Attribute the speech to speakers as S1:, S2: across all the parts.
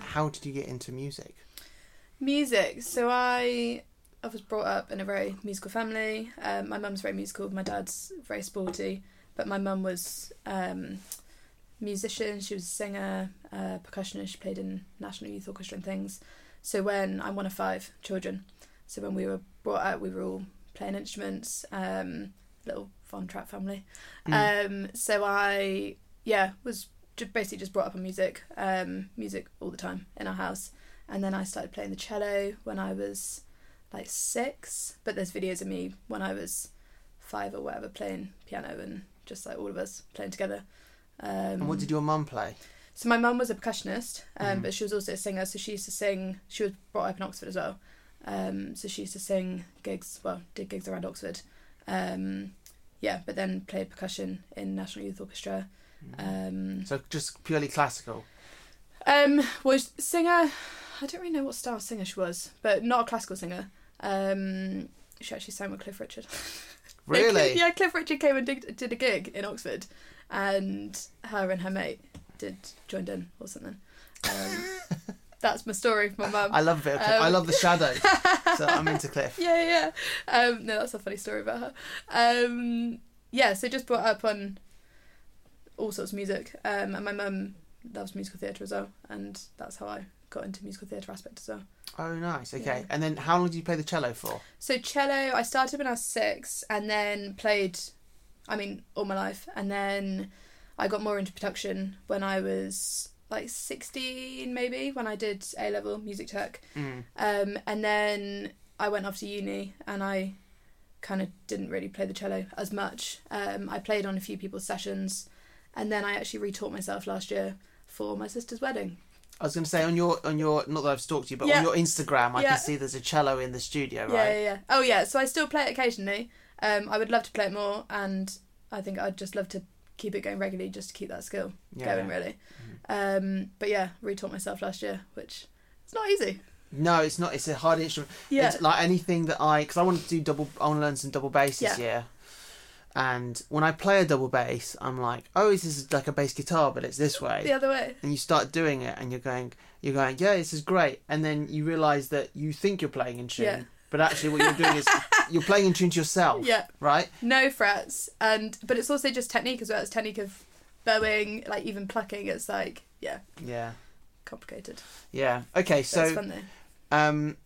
S1: how did you get into music?
S2: Music. So I I was brought up in a very musical family. Um, my mum's very musical. My dad's very sporty. But my mum was um, musician. She was a singer, uh, percussionist. She played in national youth orchestra and things. So when I'm one of five children. So when we were brought up, we were all playing instruments. Um, little Von Trapp family.
S1: Mm.
S2: Um, so I yeah was just basically just brought up on music, um, music all the time in our house. And then I started playing the cello when I was like six. But there's videos of me when I was five or whatever playing piano and just like all of us playing together. Um,
S1: And what did your mum play?
S2: so my mum was a percussionist, um, but she was also a singer. So she used to sing. She was brought up in Oxford as well. Um, so she used to sing gigs. Well, did gigs around Oxford. Um, yeah, but then played percussion in National Youth Orchestra. Um,
S1: So just purely classical.
S2: um, was singer. I don't really know what style singer she was, but not a classical singer. Um, she actually sang with Cliff Richard. They came-
S1: Really?
S2: yeah, Cliff Richard came and did, did a gig in Oxford, and her and her mate did joined in or something. Um, that's my story from my mum.
S1: I love a bit of Cliff. I
S2: Um,
S1: love the shadow. so I'm into Cliff.
S2: Yeah, yeah. yeah. Um, no, that's a funny story about her. Um, yeah, so just brought up on all sorts of music, um, and my mum loves musical theatre as well, and that's how I got into musical theatre aspect as well.
S1: Oh, nice. Okay.
S2: Yeah.
S1: And then how long did you play the cello for?
S2: So cello, I started when I was six, and then played, I mean, all my life, and then I got more into production when I was like sixteen, maybe when I did A level music tech,
S1: Mm.
S2: um, and then I went off to uni, and I kind of didn't really play the cello as much. Um, I played on a few people's sessions, and then I actually retaught myself last year for my sister's wedding.
S1: I was going to say on your on your not that I've stalked you, but
S2: Yeah.
S1: on your Instagram, I
S2: Yeah.
S1: can see there's a cello in the studio,
S2: Yeah,
S1: right?
S2: yeah, yeah. Oh, yeah. So I still play it occasionally. Um, I would love to play it more, and I think I'd just love to keep it going regularly, just to keep that skill going, really.
S1: Mm-hmm.
S2: Um, but yeah, retaught myself last year, which it's not easy.
S1: No, it's not. It's a hard instrument.
S2: Yeah.
S1: It's like anything that I, because I want to do double. I want to learn some double bass this
S2: Yeah.
S1: year. And when I play a double bass, I'm like, oh, this is like a bass guitar, but it's this way.
S2: The other way.
S1: And you start doing it, and you're going, you're going, yeah, this is great. And then you realise that you think you're playing in tune,
S2: Yeah.
S1: but actually what you're doing is you're playing in tune to yourself.
S2: Yeah.
S1: Right.
S2: No frets, and but it's also just technique as well. It's technique of bowing, like even plucking. It's like yeah,
S1: Yeah.
S2: complicated. But
S1: Yeah. Okay.
S2: it's
S1: So,
S2: fun though.
S1: um,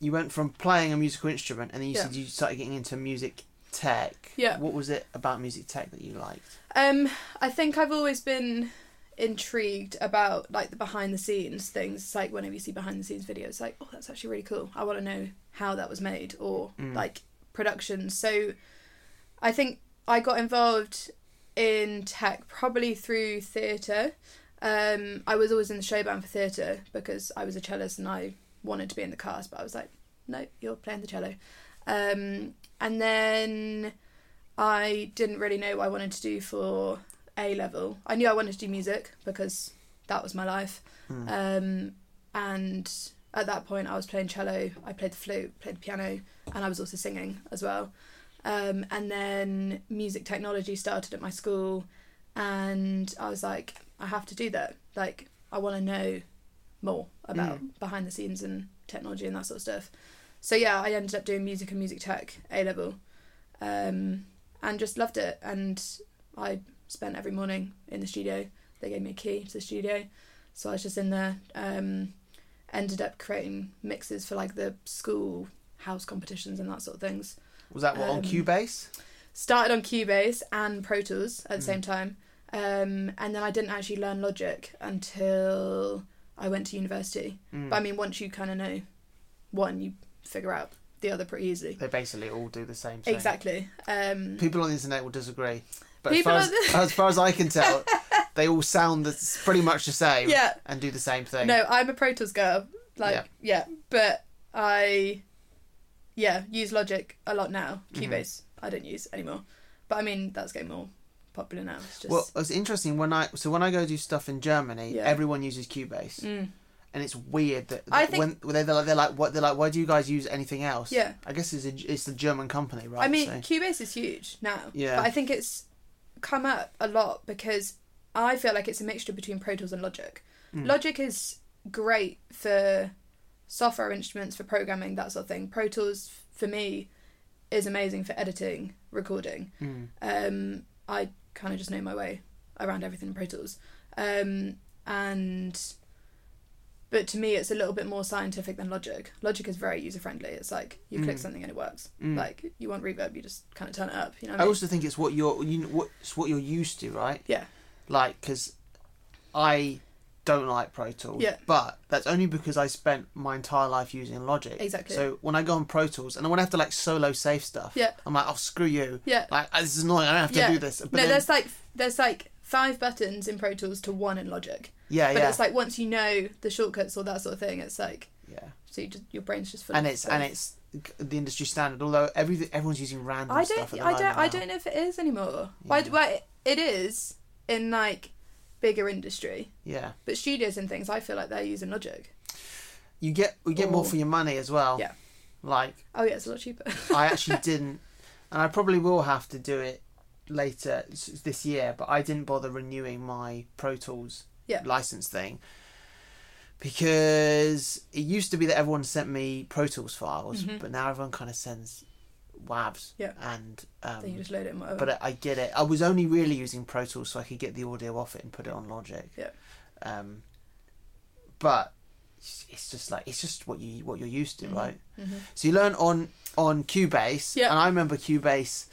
S1: you went from playing a musical instrument, and then you
S2: Yeah.
S1: said you started getting into music tech.
S2: Yeah.
S1: What was it about music tech that you liked?
S2: Um, I think I've always been intrigued about like the behind the scenes things. It's like whenever you see behind the scenes videos, it's like oh, that's actually really cool. I want to know how that was made or
S1: Mm.
S2: like production. So, I think I got involved in tech probably through theatre. Um, I was always in the show band for theatre because I was a cellist and I wanted to be in the cast, but I was like, no, you're playing the cello. Um, and then I didn't really know what I wanted to do for A level. I knew I wanted to do music because that was my life.
S1: Hmm.
S2: Um, and at that point, I was playing cello, I played the flute, played the piano, and I was also singing as well. Um, and then music technology started at my school, and I was like, I have to do that. Like, I want to know more about behind the scenes and technology and that sort of stuff. So yeah, I ended up doing music and music tech A level, um, and just loved it. And I spent every morning in the studio. They gave me a key to the studio, so I was just in there. Um, ended up creating mixes for like the school house competitions and that sort of things.
S1: Was that what on
S2: Um,
S1: Cubase?
S2: Started on Cubase and Pro Tools at
S1: Mm.
S2: the same time, um, and then I didn't actually learn Logic until I went to university.
S1: Mm.
S2: But I mean, once you kind of know one, you figure out the other pretty easily.
S1: they basically all do the same thing.
S2: Exactly. Um,
S1: People on the internet will disagree, but as
S2: People
S1: far
S2: on
S1: as, as far as I can tell, they all sound the, s- pretty much the same.
S2: yeah.
S1: And do the same thing.
S2: No, I'm a Pro Tools girl. Like, yeah. But I, yeah, use Logic a lot now.
S1: Mhm.
S2: Cubase, I don't use anymore. But I mean, that's getting more popular now. It's just.
S1: Well, it's interesting when I so when I go do stuff in Germany,
S2: Yeah.
S1: everyone uses Cubase,
S2: Mm.
S1: and it's weird that,
S2: I
S1: that
S2: think-
S1: when they're, they're like they're like what they're like why do you guys use anything else?
S2: Yeah.
S1: I guess it's a, it's a German company, right?
S2: I mean,
S1: so-
S2: Cubase is huge now.
S1: Yeah.
S2: But I think it's come
S1: Mm.
S2: up a lot because I feel like it's a mixture between Pro Tools and Logic. Logic is great for software instruments for programming that sort of thing. Pro Tools for me is amazing for editing, recording.
S1: Mm.
S2: Um, I kind of just know my way around everything in Pro Tools, um, and but to me it's a little bit more scientific than Logic. Logic is very user friendly. It's like you click
S1: Mm.
S2: something and it works.
S1: Mm.
S2: Like you want reverb, you just kind of turn it up. You know. What
S1: I
S2: I mean?
S1: also think it's what you're you know, what it's what you're used to, right?
S2: Yeah.
S1: Like, because I don't like Pro Tools.
S2: Yeah.
S1: But that's only because I spent my entire life using Logic.
S2: Exactly.
S1: So when I go on Pro Tools and when I have to like solo save stuff,
S2: Yeah.
S1: I'm like, oh screw you.
S2: yeah.
S1: Like "Oh, this is annoying. I don't have to
S2: Yeah.
S1: do this. But
S2: no,
S1: then-
S2: there's like there's like five buttons in Pro Tools to one in Logic.
S1: yeah,
S2: But
S1: yeah,
S2: it's like once you know the shortcuts or that sort of thing, it's like
S1: yeah.
S2: so you just, your brain's just full.
S1: And
S2: of
S1: it's
S2: stuff.
S1: and it's the industry standard. Although every everyone's using random
S2: I
S1: stuff. At
S2: don't
S1: the
S2: I don't
S1: moment
S2: I
S1: now.
S2: don't know if it is anymore. Why
S1: Yeah.
S2: well, it is in like bigger industry,
S1: Yeah.
S2: but studios and things I feel like they're using Logic.
S1: You get you get more
S2: Or-
S1: for your money as well.
S2: Yeah.
S1: Like
S2: Oh yeah, it's a lot cheaper.
S1: I actually didn't, and I probably will have to do it later s- this year. But I didn't bother renewing my Pro Tools
S2: Yeah.
S1: license thing because it used to be that everyone sent me Pro Tools files,
S2: Mhm.
S1: but now everyone kind of sends WAVs.
S2: Yeah.
S1: And
S2: then you
S1: um,
S2: just load it and whatever.
S1: but I, I get it. I was only really using Pro Tools so I could get the audio off it and put it on Logic.
S2: Yeah.
S1: Um, but it's it's just like it's just what you what you're used to,
S2: Mhm.
S1: right?
S2: Mhm.
S1: So you learn on on Cubase,
S2: Yeah.
S1: and I remember Cubase.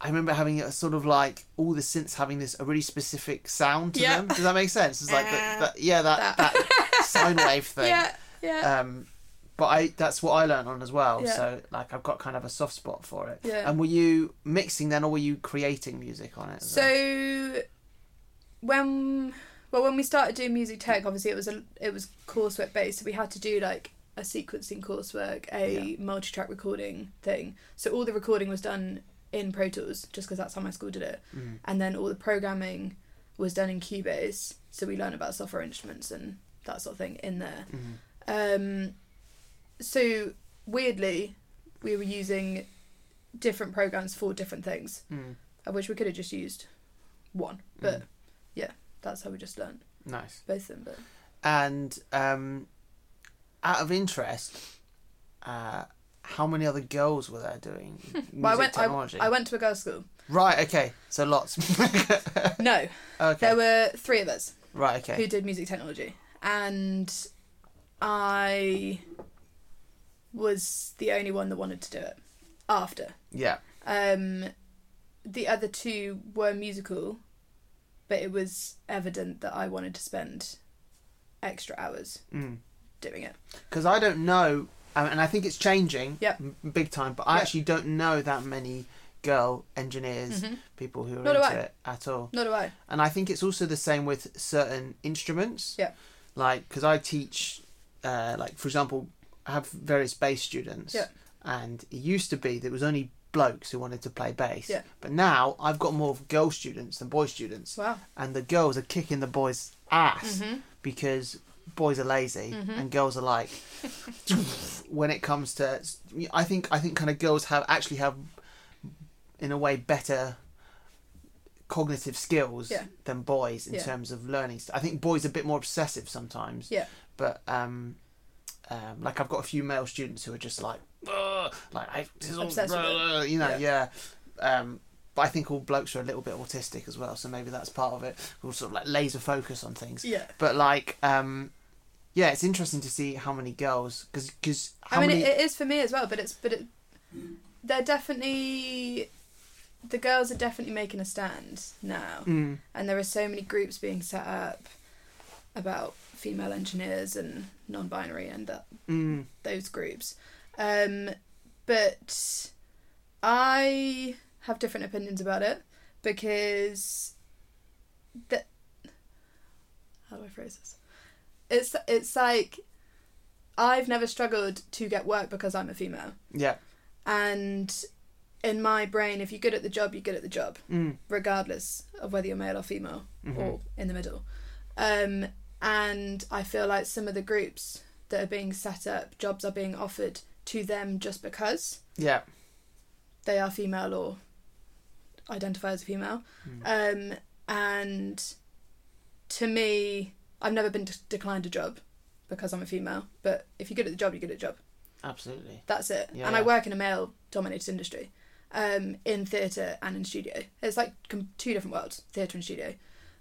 S1: I remember having a sort of like all the synths having this a really specific sound to
S2: Yeah.
S1: them. Does that make sense? It's like that,
S2: Uh,
S1: that, yeah, that that,
S2: that.
S1: sine wave thing.
S2: Yeah, yeah.
S1: Um, but I that's what I learned on as well.
S2: Yeah.
S1: So like I've got kind of a soft spot for it.
S2: Yeah.
S1: And were you mixing then, or were you creating music on it? as well?
S2: So when well when we started doing music tech, obviously it was a it was coursework based, so we had to do like a sequencing coursework, a multi-track recording thing. So all the recording was done in Pro Tools, just because that's how my school did it,
S1: Mhm.
S2: and then all the programming was done in Cubase. So we learned about software instruments and that sort of thing in there.
S1: Mhm.
S2: Um, so weirdly, we were using different programs for different things.
S1: Mm.
S2: I wish we could have just used one, but yeah, that's how we just learned
S1: nice.
S2: both of them. But
S1: And um, out of interest, uh, how many other girls were there doing music
S2: well, I went.
S1: technology?
S2: I, I went to a girls' school.
S1: Right. Okay. So lots. okay.
S2: No, there were three of us
S1: right.
S2: who
S1: Okay.
S2: did music technology, and I was the only one that wanted to do it. After
S1: Yeah.
S2: um, the other two were musical, but it was evident that I wanted to spend extra hours
S1: Because
S2: doing it.
S1: I don't know, um, and I think it's changing.
S2: Yep.
S1: m- Big time. But I
S2: Yep.
S1: actually don't know that many girl engineers,
S2: Mhm.
S1: people who are
S2: Nor do
S1: into
S2: I.
S1: it at all.
S2: Nor do I.
S1: And I think it's also the same with certain instruments.
S2: Yep.
S1: Like, because I teach, uh, like for example, I have various bass students.
S2: Yep.
S1: And it used to be there was only blokes who wanted to play bass.
S2: Yep.
S1: But now I've got more girl students than boy students.
S2: Wow.
S1: and the girls are kicking the boys' ass
S2: Mhm.
S1: because boys are lazy
S2: Mhm.
S1: and girls are like when it comes to I think I think kind of girls have actually have in a way better cognitive skills
S2: Yeah.
S1: than boys in
S2: Yeah.
S1: terms of learning st- I think boys are a bit more obsessive sometimes
S2: Yeah.
S1: but um um, like I've got a few male students who are just like, "Ugh," like I, this is all,
S2: Obsessed with
S1: blah, you know, yeah. Um, but I think all blokes are a little bit autistic as well, so maybe that's part of it. We'll sort of like laser focus on things.
S2: Yeah.
S1: But like, um, yeah, it's interesting to see how many girls, because because how
S2: I mean,
S1: many?
S2: it, it is for me as well, but it's but it, they're definitely the girls are definitely making a stand now,
S1: Mm,
S2: and there are so many groups being set up about female engineers and non-binary and that
S1: mm,
S2: those groups. Um, but I have different opinions about it because the how do I phrase this? It's it's like I've never struggled to get work because I'm a female,
S1: yeah.
S2: and in my brain, if you're good at the job, you're good at the job,
S1: Mm,
S2: regardless of whether you're male or female
S1: mhm.
S2: or in the middle. Um, and I feel like some of the groups that are being set up, jobs are being offered to them just because
S1: Yeah.
S2: they are female or identify as a female. Um, and to me, I've never been de- declined a job because I'm a female. But if you're good at the job, you're good at the job.
S1: Absolutely.
S2: That's it.
S1: Yeah,
S2: and I
S1: yeah.
S2: work in a male dominated industry um, in theatre and in studio. It's like com- two different worlds theatre and studio.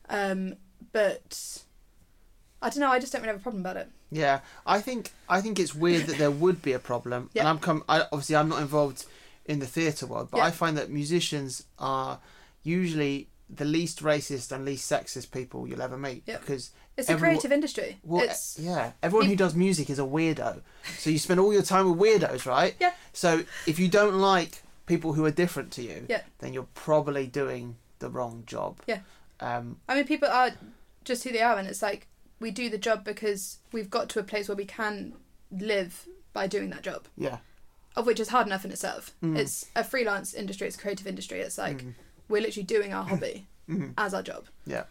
S2: Um, but I don't know, I just don't really have a problem about it.
S1: Yeah, I think I think it's weird that there would be a problem,
S2: Yeah.
S1: and I'm com- I, obviously I'm not involved in the theatre world, but
S2: Yeah.
S1: I find that musicians are usually the least racist and least sexist people you'll ever meet
S2: Yeah.
S1: because
S2: It's a
S1: Everyone-
S2: creative industry.
S1: well,
S2: it's
S1: e- yeah, everyone
S2: you-
S1: who does music is a weirdo, so you spend all your time with weirdos, right?
S2: Yeah.
S1: So if you don't like people who are different to you,
S2: Yeah.
S1: then you're probably doing the wrong job.
S2: Yeah.
S1: Um.
S2: I mean, people are just who they are, and it's like we do the job because we've got to a place where we can live by doing that job,
S1: Yeah.
S2: of which is hard enough in itself.
S1: Mm.
S2: It's a freelance industry, it's a creative industry. It's like
S1: Mhm.
S2: we're literally doing our hobby
S1: Mhm.
S2: as our job.
S1: Yeah.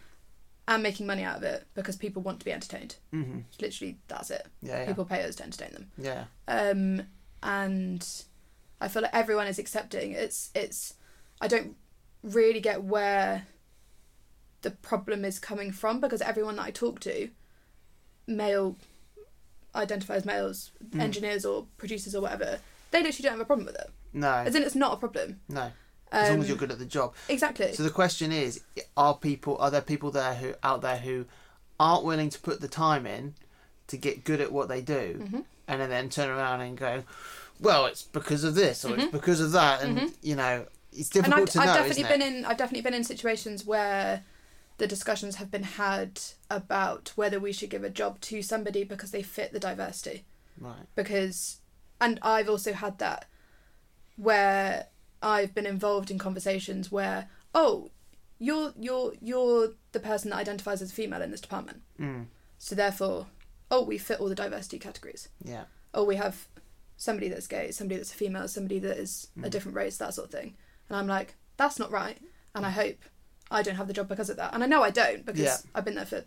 S2: And making money out of it because people want to be entertained.
S1: Mhm.
S2: Literally, that's it.
S1: Yeah. Yeah.
S2: People pay us to entertain them.
S1: yeah.
S2: Um, and I feel like everyone is accepting. It's it's. I don't really get where the problem is coming from because everyone that I talk to, male, identifies males,
S1: Mm.
S2: engineers or producers or whatever, they literally don't have a problem with it.
S1: No.
S2: As in, it's not a problem.
S1: No.
S2: Um,
S1: As long as you're good at the job.
S2: Exactly.
S1: So the question is: Are people? Are there people there who out there who aren't willing to put the time in to get good at what they do,
S2: Mhm.
S1: and then- then turn around and go, "Well, it's because of this, or it's because of that," and you know, it's
S2: Mm-hmm. and
S1: difficult
S2: I've,
S1: to
S2: I've
S1: know,
S2: definitely
S1: isn't
S2: been
S1: it?
S2: in I've definitely been in situations where the discussions have been had about whether we should give a job to somebody because they fit the diversity
S1: Right.
S2: because and I've also had that where I've been involved in conversations where oh you're you're you're the person that identifies as female in this department
S1: Mm.
S2: so therefore oh we fit all the diversity categories
S1: Yeah.
S2: oh, we have somebody that's gay, somebody that's a female, somebody that is a different race, that sort of thing. And I'm like, that's not right. And I hope I don't have the job because of that. And I know I don't because
S1: Yeah.
S2: I've been there for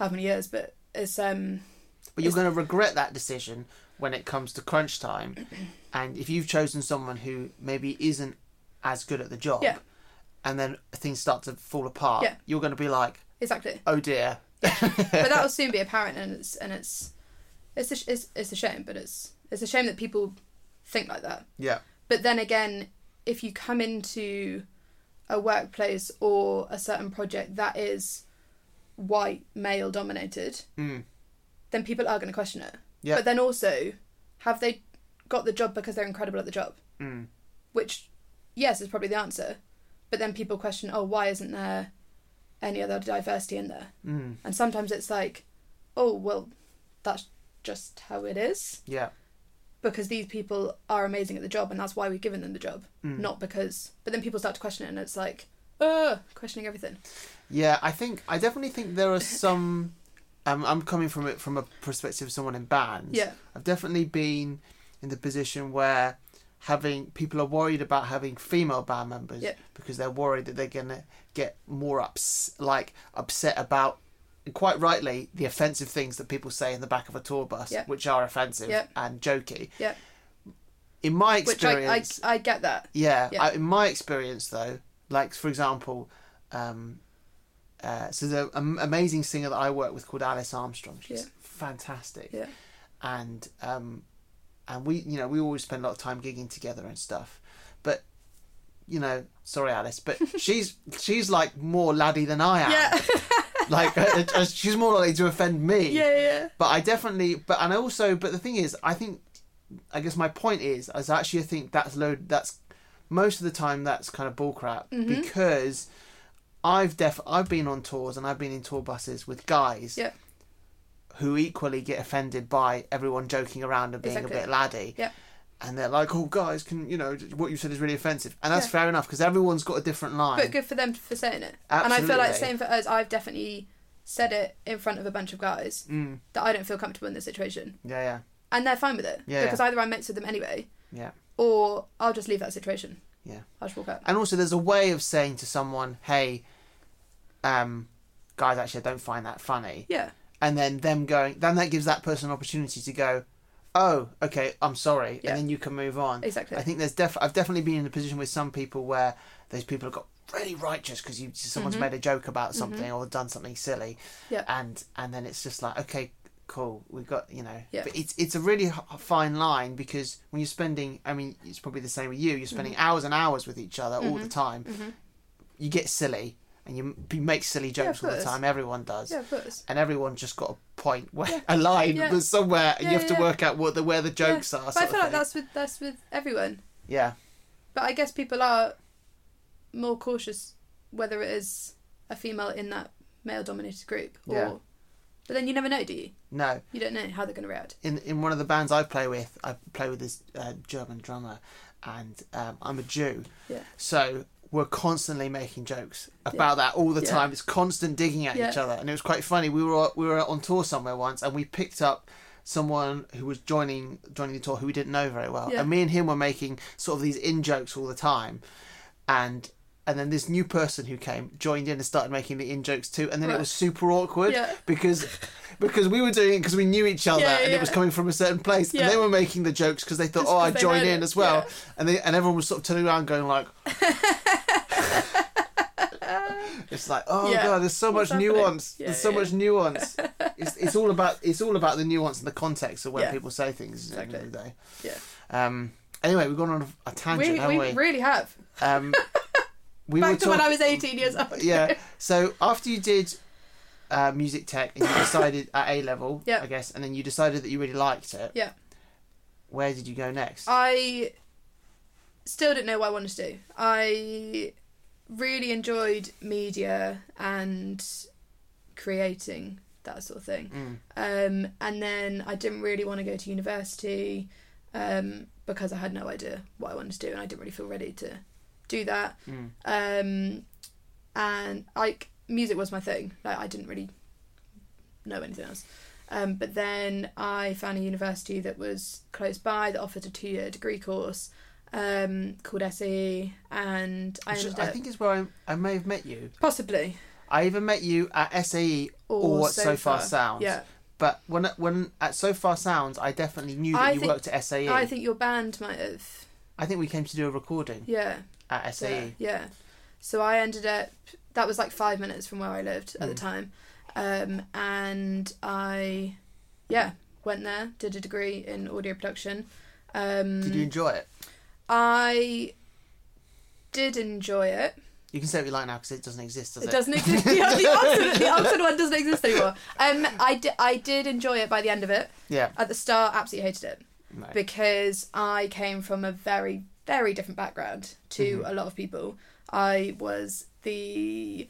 S2: how many years, but it's um
S1: But you're going to regret that decision when it comes to crunch time, and if you've chosen someone who maybe isn't as good at the job,
S2: Yeah.
S1: and then things start to fall apart,
S2: Yeah.
S1: you're going to be like,
S2: exactly.
S1: "Oh dear."
S2: but that'll soon be apparent, and it's and it's it's a, sh- it's it's a shame, but it's it's a shame that people think like that.
S1: Yeah.
S2: But then again, if you come into a workplace or a certain project that is white male dominated,
S1: Mm.
S2: then people are going to question it.
S1: Yeah.
S2: But then also, have they got the job because they're incredible at the job?
S1: Mm.
S2: Which, yes, is probably the answer. But then people question, oh, why isn't there any other diversity in there?
S1: Mm.
S2: And sometimes it's like, oh, well, that's just how it is
S1: Yeah.
S2: because these people are amazing at the job and that's why we've given them the job,
S1: Mm.
S2: not because. But then people start to question it and it's like, uh, questioning everything.
S1: Yeah, I think I definitely think there are some. Um, I'm coming from it from a perspective of someone in bands.
S2: Yeah.
S1: I've definitely been in the position where having people are worried about having female band members
S2: Yeah.
S1: because they're worried that they're gonna get more ups like upset about and quite rightly the offensive things that people say in the back of a tour bus,
S2: Yeah.
S1: which are offensive
S2: Yeah.
S1: and jokey.
S2: Yeah.
S1: In my
S2: Which I, I,
S1: experience,
S2: I get that.
S1: yeah,
S2: Yeah.
S1: I, in my experience though, like for example, um, uh, so the um, amazing singer that I work with called Alice Armstrong, she's
S2: Yeah.
S1: fantastic,
S2: Yeah.
S1: and um, and we you know we always spend a lot of time gigging together and stuff, but you know sorry Alice, but she's she's like more laddie than I am,
S2: Yeah.
S1: like uh, uh, she's more likely to offend me,
S2: yeah, yeah.
S1: but I definitely, but and I also, but the thing is, I think, I guess my point is, is I actually think that's load. That's most of the time that's kind of bull crap
S2: Mm-hmm.
S1: because I've def I've been on tours and I've been in tour buses with guys
S2: Yeah.
S1: who equally get offended by everyone joking around and being
S2: Exactly.
S1: a bit laddie.
S2: Yeah.
S1: And they're like, "Oh, guys, can you know what you said is really offensive?" And that's
S2: Yeah.
S1: fair enough because everyone's got a different line.
S2: But good for them for saying it. And I feel like
S1: Absolutely.
S2: same for us. I've definitely said it in front of a bunch of guys
S1: Mm.
S2: that I don't feel comfortable in this situation,
S1: Yeah, yeah,
S2: and they're fine with it
S1: Yeah,
S2: because either I'm mates with them anyway,
S1: yeah.
S2: or I'll just leave that situation.
S1: Yeah.
S2: I'll just walk out.
S1: And also, there's a way of saying to someone, "Hey, um, guys, actually, I don't find that funny,"
S2: Yeah,
S1: and then them going, then that gives that person an opportunity to go, "Oh, okay, I'm sorry,"
S2: Yeah.
S1: and then you can move on.
S2: exactly.
S1: I think there's def. I've definitely been in a position with some people where those people have got really righteous because you someone's made a joke about something or done something silly,
S2: Mm-hmm. Yeah.
S1: and and then it's just like, okay, cool, we've got you know.
S2: Yeah.
S1: But it's it's a really h- fine line because when you're spending, I mean, it's probably the same with you. You're spending
S2: Mm-hmm.
S1: hours and hours with each other all the time. You get silly, and you, m- you make silly
S2: Yeah,
S1: jokes all the
S2: course.
S1: time. Everyone does.
S2: Yeah, of course.
S1: And everyone just got a point where a line
S2: Yeah.
S1: was somewhere, and
S2: Yeah,
S1: you have to
S2: yeah.
S1: work out what the where the jokes
S2: Yeah.
S1: are.
S2: But
S1: Sort
S2: I feel
S1: of
S2: like
S1: thing.
S2: that's with that's with everyone.
S1: Yeah,
S2: But I guess people are more cautious whether it is a female in that male dominated group or
S1: Yeah.
S2: but then you never know, do you?
S1: no.
S2: You don't know how they're gonna react.
S1: in in one of the bands I play with, I play with this uh, German drummer, and um, I'm a Jew,
S2: Yeah.
S1: so we're constantly making jokes about that all the
S2: Yeah.
S1: time. It's constant digging at
S2: Yeah.
S1: each other, and it was quite funny. We were we were on tour somewhere once, and we picked up someone who was joining joining the tour who we didn't know very well,
S2: Yeah.
S1: and me and him were making sort of these in jokes all the time, and. And then this new person who came joined in and started making the in jokes too, and then it
S2: Right.
S1: was super awkward
S2: Yeah.
S1: because because we were doing it because we knew each other
S2: Yeah,
S1: and it
S2: yeah.
S1: was coming from a certain place
S2: Yeah.
S1: and they were making the jokes because they thought
S2: Just
S1: oh
S2: 'cause
S1: i'd
S2: they
S1: join
S2: heard
S1: in
S2: it,
S1: as well
S2: yeah.
S1: and they and everyone was sort of turning around going like it's like oh
S2: Yeah.
S1: god there's so
S2: What's
S1: much
S2: happening?
S1: nuance
S2: Yeah,
S1: there's so
S2: yeah.
S1: much nuance it's, it's all about it's all about the nuance and the context of when
S2: Yeah.
S1: people say things at the end of the day
S2: Yeah.
S1: um anyway we've gone on a tangent
S2: We,
S1: haven't
S2: we
S1: we,
S2: really have.
S1: um we
S2: Back
S1: were
S2: to when I
S1: talking-
S2: was eighteen years old.
S1: yeah. So after you did uh, music tech and you decided at A level,
S2: Yeah.
S1: I guess, and then you decided that you really liked it.
S2: Yeah.
S1: Where did you go next?
S2: I still didn't know what I wanted to do. I really enjoyed media and creating that sort of thing.
S1: Mm.
S2: Um, and then I didn't really want to go to university um, because I had no idea what I wanted to do and I didn't really feel ready to do that.
S1: Mm.
S2: Um, and like music was my thing. Like I didn't really know anything else. Um, but then I found a university that was close by that offered a two-year degree course um, called SE, and I
S1: Which is-
S2: ended
S1: I
S2: up
S1: think is where I, I may have met you.
S2: possibly
S1: I even met you at SAE or, at So Far Sounds.
S2: Yeah,
S1: But when when at So Far Sounds, I definitely knew that
S2: I
S1: you
S2: think-
S1: worked at SAE.
S2: I think your band might have.
S1: I think we came to do a recording
S2: Yeah,
S1: at E. SAE.
S2: yeah, yeah. So I ended up. That was like five minutes from where I lived at the
S1: Mm.
S2: time, um, and I, yeah, went there, did a degree in audio production. Um,
S1: Did you enjoy it?
S2: I did enjoy it.
S1: You can say what you like now because it doesn't exist, does it?
S2: It doesn't exist. The, the, Oxford, the Oxford one doesn't exist anymore. Um, I, di- I did enjoy it by the end of it.
S1: Yeah.
S2: At the start, absolutely hated it
S1: No.
S2: because I came from a very, very different background to a lot of people. I was the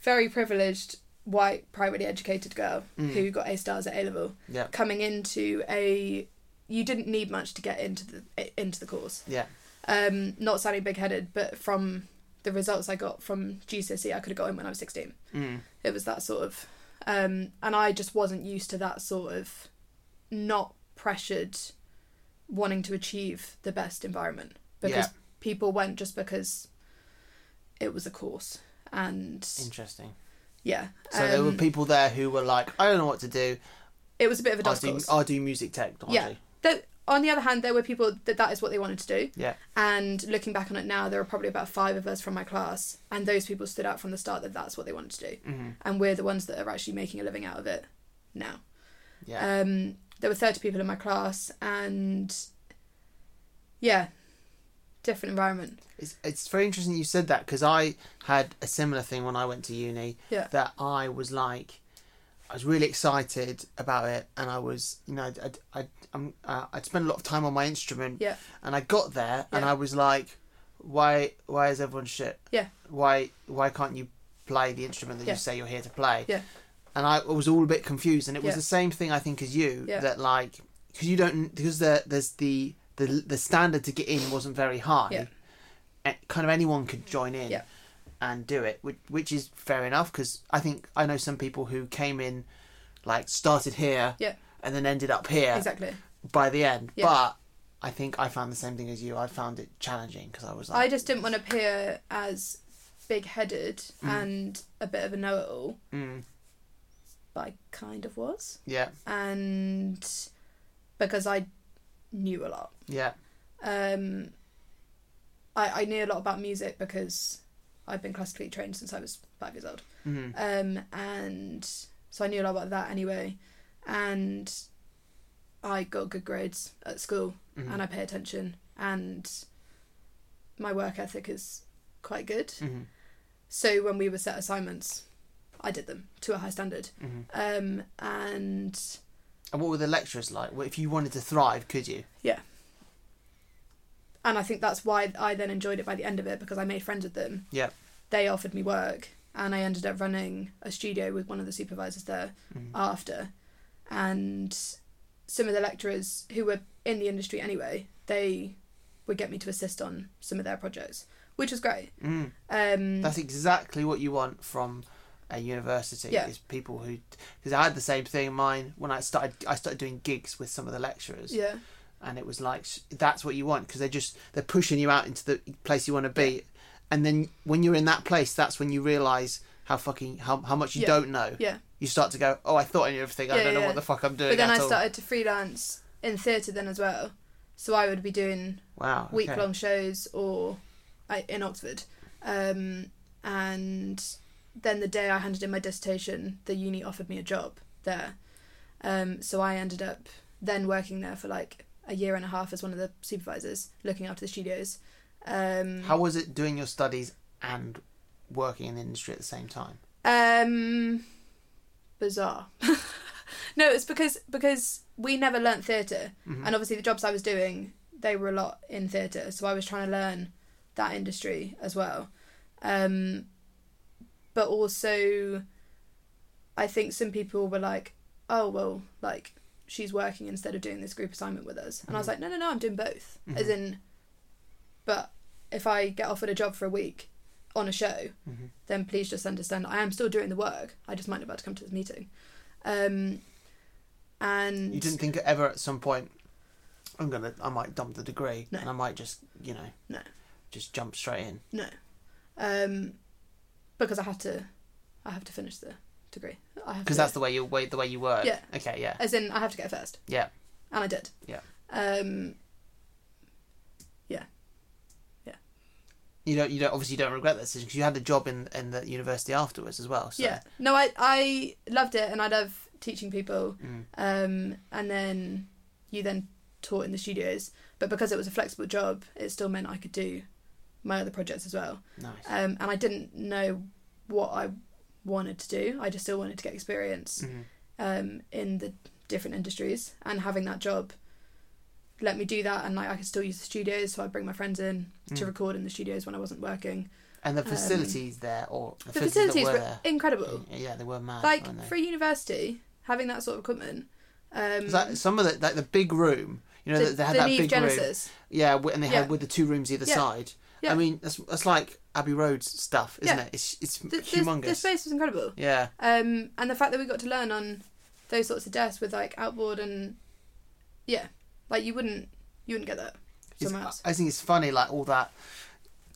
S2: very privileged white, privately educated girl who got A stars at A level.
S1: Yeah.
S2: Coming into a, you didn't need much to get into the into the course
S1: Yeah.
S2: um, not sounding big headed, but from the results I got from GCSE, E, I could have got in when I was 16.
S1: Mm.
S2: It was that sort of, um, and I just wasn't used to that sort of not pressured wanting to achieve the best environment because
S1: Yeah.
S2: people went just because it was a course. And
S1: Interesting.
S2: yeah,
S1: So there were
S2: um,
S1: people there who were like, I don't know what to do.
S2: it was a bit of a
S1: I'll
S2: dust
S1: do,
S2: course.
S1: I'll do music technology.
S2: Yeah. Though, on the other hand, there were people that that is what they wanted to do.
S1: Yeah.
S2: And looking back on it now, there are probably about five of us from my class, and those people stood out from the start that that's what they wanted to do.
S1: Mhm.
S2: And we're the ones that are actually making a living out of it now.
S1: Yeah.
S2: Um, there were 30 people in my class, and yeah, different environment.
S1: it's, it's very interesting you said that because I had a similar thing when I went to uni
S2: Yeah.
S1: that I was like, I was really excited about it and I was, you know, I'd, I'd, I'm, uh, I'd spent a lot of time on my instrument
S2: Yeah.
S1: and I got there and
S2: Yeah.
S1: I was like, why why is everyone shit?
S2: Yeah.
S1: Why why can't you play the instrument that
S2: Yeah.
S1: you say you're here to play?
S2: Yeah.
S1: And I was all a bit confused, and it was
S2: Yeah.
S1: the same thing I think as you
S2: Yeah.
S1: that like because you don't because there, there's the the the standard to get in wasn't very high.
S2: Yeah.
S1: And kind of anyone could join in
S2: Yeah.
S1: and do it, which which is fair enough because I think I know some people who came in like started here
S2: Yeah.
S1: and then ended up here
S2: Exactly.
S1: by the end.
S2: Yeah.
S1: But I think I found the same thing as you. I found it challenging because I was
S2: I
S1: like,
S2: just didn't want to appear as big headed and a bit of a know it all,
S1: mm,
S2: but I kind of was.
S1: yeah,
S2: And because I knew a lot.
S1: yeah,
S2: um, I, I knew a lot about music because I've been classically trained since I was five years old.
S1: mm,
S2: Um, and so I knew a lot about that anyway. and I got good grades at school
S1: mm-hmm, Mm.
S2: and I pay attention and my work ethic is quite good.
S1: Mhm.
S2: So when we were set assignments, I did them to a high standard.
S1: Mhm.
S2: Um, and
S1: And what were the lecturers like? Well, if you wanted to thrive, could you?
S2: and I think that's why I then enjoyed it by the end of it because I made friends with them.
S1: Yeah.
S2: They offered me work and I ended up running a studio with one of the supervisors there
S1: Mm-hmm.
S2: after. And some of the lecturers who were in the industry anyway, they would get me to assist on some of their projects, which was great.
S1: Mm.
S2: Um,
S1: That's exactly what you want from a university.
S2: Yeah.
S1: Is people who because I had the same thing in mine when I started. I started doing gigs with some of the lecturers,
S2: yeah.
S1: and it was like sh- that's what you want because they're just they're pushing you out into the place you want to be, and then when you're in that place, that's when you realise how fucking how how much you
S2: Yeah.
S1: don't know.
S2: Yeah.
S1: You start to go, oh, I thought I knew everything. I
S2: Yeah,
S1: don't know
S2: yeah.
S1: what the fuck I'm doing.
S2: But then
S1: at
S2: I
S1: all."
S2: started to freelance in theatre then as well. So I would be doing
S1: wow okay.
S2: week long shows or I, in Oxford. Um, and then the day I handed in my dissertation, the uni offered me a job there. Um, so I ended up then working there for like a year and a half as one of the supervisors, looking after the studios. Um,
S1: How was it doing your studies and working in the industry at the same time?
S2: Um, bizarre. no, it's because because we never learnt theater
S1: Mm-hmm,
S2: and obviously the jobs I was doing they were a lot in theater, so I was trying to learn that industry as well. Um, but also, I think some people were like, "Oh well, like she's working instead of doing this group assignment with us," and
S1: Mm.
S2: I was like, "No, no, no, I'm doing both."
S1: Mm-hmm.
S2: As in, but if I get offered a job for a week on a show,
S1: mm-hmm.
S2: then please just understand I am still doing the work. I just might not be able to come to this meeting. Um, and
S1: You didn't think ever at some point, I'm gonna, I might dump the degree
S2: No.
S1: and I might just, you know,
S2: No.
S1: just jump straight in.
S2: no, um, because I have to, I have to finish the degree. I have
S1: Because
S2: to-
S1: that's the way you wait, the way you work.
S2: Yeah.
S1: Okay. Yeah.
S2: as in I have to get it first,
S1: Yeah.
S2: and I did.
S1: Yeah.
S2: Um,
S1: You don't. You don't. Obviously, you don't regret that decision because you had a job in in the university afterwards as well. So.
S2: Yeah. No, I I loved it, and I love teaching people.
S1: Mm.
S2: Um, and then you then taught in the studios, but because it was a flexible job, it still meant I could do my other projects as well.
S1: Nice.
S2: um, and I didn't know what I wanted to do. I just still wanted to get experience
S1: Mhm.
S2: um, in the different industries, and having that job let me do that. And like I could still use the studios, so I bring my friends in to
S1: Mm.
S2: record in the studios when I wasn't working.
S1: And the
S2: um,
S1: facilities there, or the,
S2: The
S1: facilities,
S2: facilities
S1: that
S2: were
S1: were, Mm, there.
S2: incredible.
S1: Yeah, they were mad. weren't
S2: Like
S1: they?
S2: for university, having that sort of equipment. Um,
S1: 'Cause that- some of the like the big room. You know,
S2: the,
S1: they had
S2: the
S1: that
S2: Neve
S1: big room.
S2: Genesis.
S1: Yeah, wi- and they
S2: Yeah.
S1: had with the two rooms either
S2: Yeah.
S1: side.
S2: Yeah.
S1: I mean, that's that's like Abbey Road stuff, isn't
S2: Yeah.
S1: it? It's it's
S2: The, the,
S1: humongous.
S2: the space was incredible.
S1: yeah.
S2: Um, and the fact that we got to learn on those sorts of desks with like outboard and yeah, like you wouldn't you wouldn't get that
S1: It's-
S2: somewhere else.
S1: I think it's funny, like all that,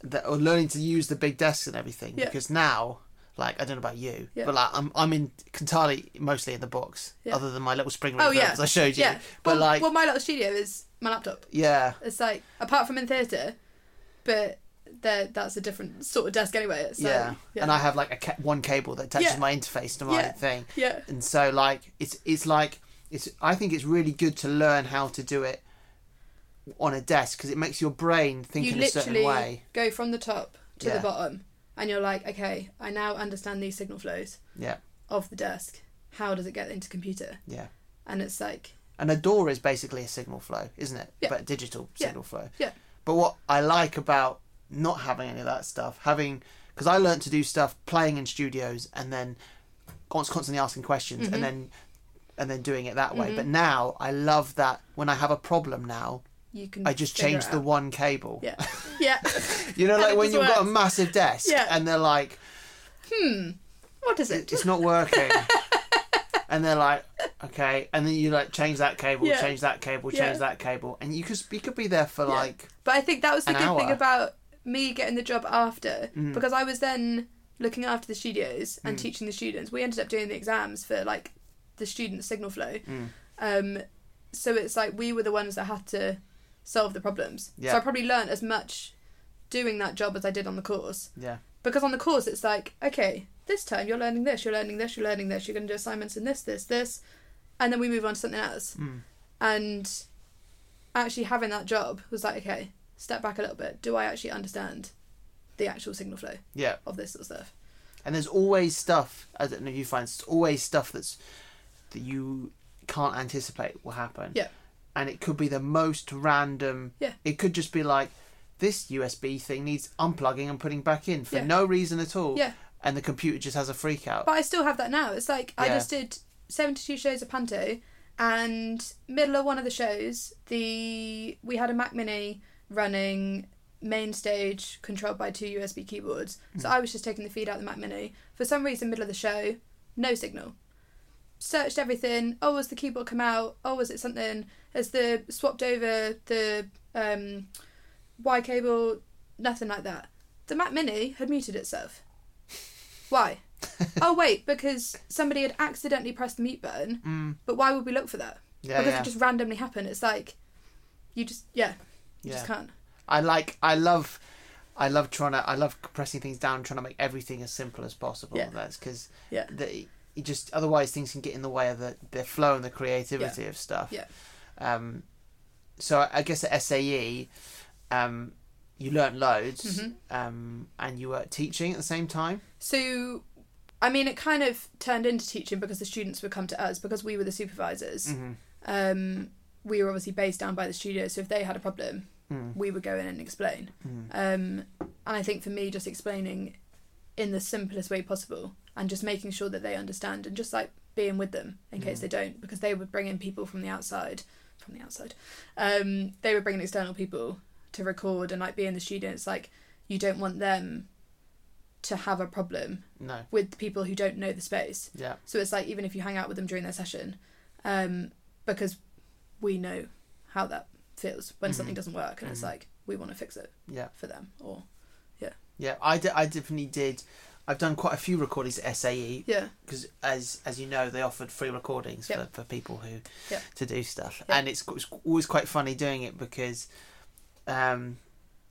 S1: that or learning to use the big desks and everything.
S2: Yeah.
S1: Because now, like I don't know about you,
S2: Yeah.
S1: but like I'm I'm in entirely mostly in the box,
S2: Yeah.
S1: other than my little spring
S2: Oh,
S1: room
S2: yeah.
S1: films I showed you.
S2: Yeah,
S1: But
S2: well,
S1: like,
S2: well, my little studio is my laptop.
S1: yeah,
S2: It's like apart from in theatre, but there that's a different sort of desk anyway. It's like,
S1: yeah,
S2: yeah,
S1: and I have like a ca- one cable that attaches
S2: Yeah.
S1: my interface to my
S2: Yeah.
S1: thing,
S2: yeah,
S1: and so like it's it's like it's I think it's really good to learn how to do it on a desk because it makes your brain think
S2: you
S1: in a certain way.
S2: literally go from the top to
S1: Yeah.
S2: the bottom, and you're like, okay, I now understand these signal flows
S1: Yeah,
S2: of the desk. How does it get into computer?
S1: yeah.
S2: And it's like,
S1: And a door is basically a signal flow, isn't it?
S2: Yeah.
S1: But a digital
S2: Yeah.
S1: signal flow.
S2: Yeah.
S1: But what I like about not having any of that stuff, having because I learnt to do stuff playing in studios and then const- constantly asking questions
S2: Mm-hmm.
S1: and then and then doing it that way. But now I love that when I have a problem now,
S2: you can.
S1: I just
S2: figure
S1: change
S2: it
S1: the
S2: out.
S1: one cable.
S2: Yeah, yeah.
S1: You know,
S2: And
S1: like
S2: it
S1: when
S2: just
S1: you've got a
S2: works.
S1: massive desk
S2: Yeah.
S1: and they're like,
S2: What is it?
S1: it's not working. and they're like, okay, and then you like change that cable,
S2: Yeah.
S1: change that cable, change
S2: Yeah.
S1: that cable, and you could you could be there for
S2: Yeah.
S1: like
S2: But I think that was the
S1: An
S2: good thing
S1: hour. Mm.
S2: about me getting the job after because I was then looking after the studios and teaching the students. We ended up doing the exams for like the student signal flow.
S1: Mm.
S2: Um, so it's like we were the ones that had to solve the problems.
S1: Yeah.
S2: So I probably learned as much doing that job as I did on the course
S1: yeah.
S2: because on the course it's like okay this term you're learning this you're learning this you're learning this you're going to do assignments in this this this and then we move on to something else.
S1: Mm.
S2: And actually having that job was like, okay, step back a little bit. Do I actually understand the actual signal flow
S1: Yeah.
S2: of this sort of stuff?
S1: And there's always stuff. I don't know if you find it's always stuff that's that you can't anticipate will happen.
S2: Yeah.
S1: And it could be the most random.
S2: Yeah.
S1: It could just be like this USB thing needs unplugging and putting back in for
S2: Yeah.
S1: no reason at all.
S2: Yeah.
S1: And the computer just has a freak out.
S2: But I still have that now. It's like I
S1: Yeah.
S2: just did 72 shows of Panto and middle of one of the shows, the we had a Mac Mini running main stage controlled by two USB keyboards.
S1: Hmm.
S2: So I was just taking the feed out the Mac Mini. For some reason middle of the show, no signal. Searched everything. Oh, was the keyboard come out? Oh, was it something? Has the swapped over the um, Y cable? Nothing like that. The Mac Mini had muted itself. Why? oh wait, because somebody had accidentally pressed the mute button.
S1: Mm.
S2: But why would we look for that?
S1: Yeah.
S2: because
S1: yeah.
S2: it just randomly happened. It's like you just yeah, you
S1: yeah.
S2: just can't.
S1: I like I love I love trying to I love compressing things down, trying to make everything as simple as possible.
S2: Yeah.
S1: That's because
S2: Yeah.
S1: you just otherwise things can get in the way of the, the flow and the creativity of stuff.
S2: Yeah.
S1: Um, so I- I guess at SAE, um, you learnt loads,
S2: Mhm.
S1: um, and you were teaching at the same time.
S2: So, I mean, it kind of turned into teaching because the students would come to us because we were the supervisors.
S1: Mm-hmm.
S2: Um, we were obviously based down by the studio, so if they had a problem,
S1: Mm.
S2: we would go in and explain.
S1: Mm-hmm.
S2: Um, and I think for me, just explaining in the simplest way possible and just making sure that they understand and just like being with them in case they don't, because they would bring in people from the outside, from the outside. Um, they would bring in external people to record and like be in the studio. It's like you don't want them to have a problem
S1: No.
S2: with people who don't know the space.
S1: Yeah.
S2: So it's like even if you hang out with them during their session, um, because we know how that feels when
S1: Mhm.
S2: something doesn't work, and it's
S1: Mhm.
S2: like we want to fix it
S1: Yeah.
S2: for them. Or
S1: Yeah. I, de- I definitely did. I've done quite a E, few recordings at SAE
S2: yeah,
S1: because as as you know they offered free recordings
S2: Yep.
S1: for, for people who
S2: Yep.
S1: to do stuff
S2: Yep.
S1: and it's, it's always quite funny doing it because um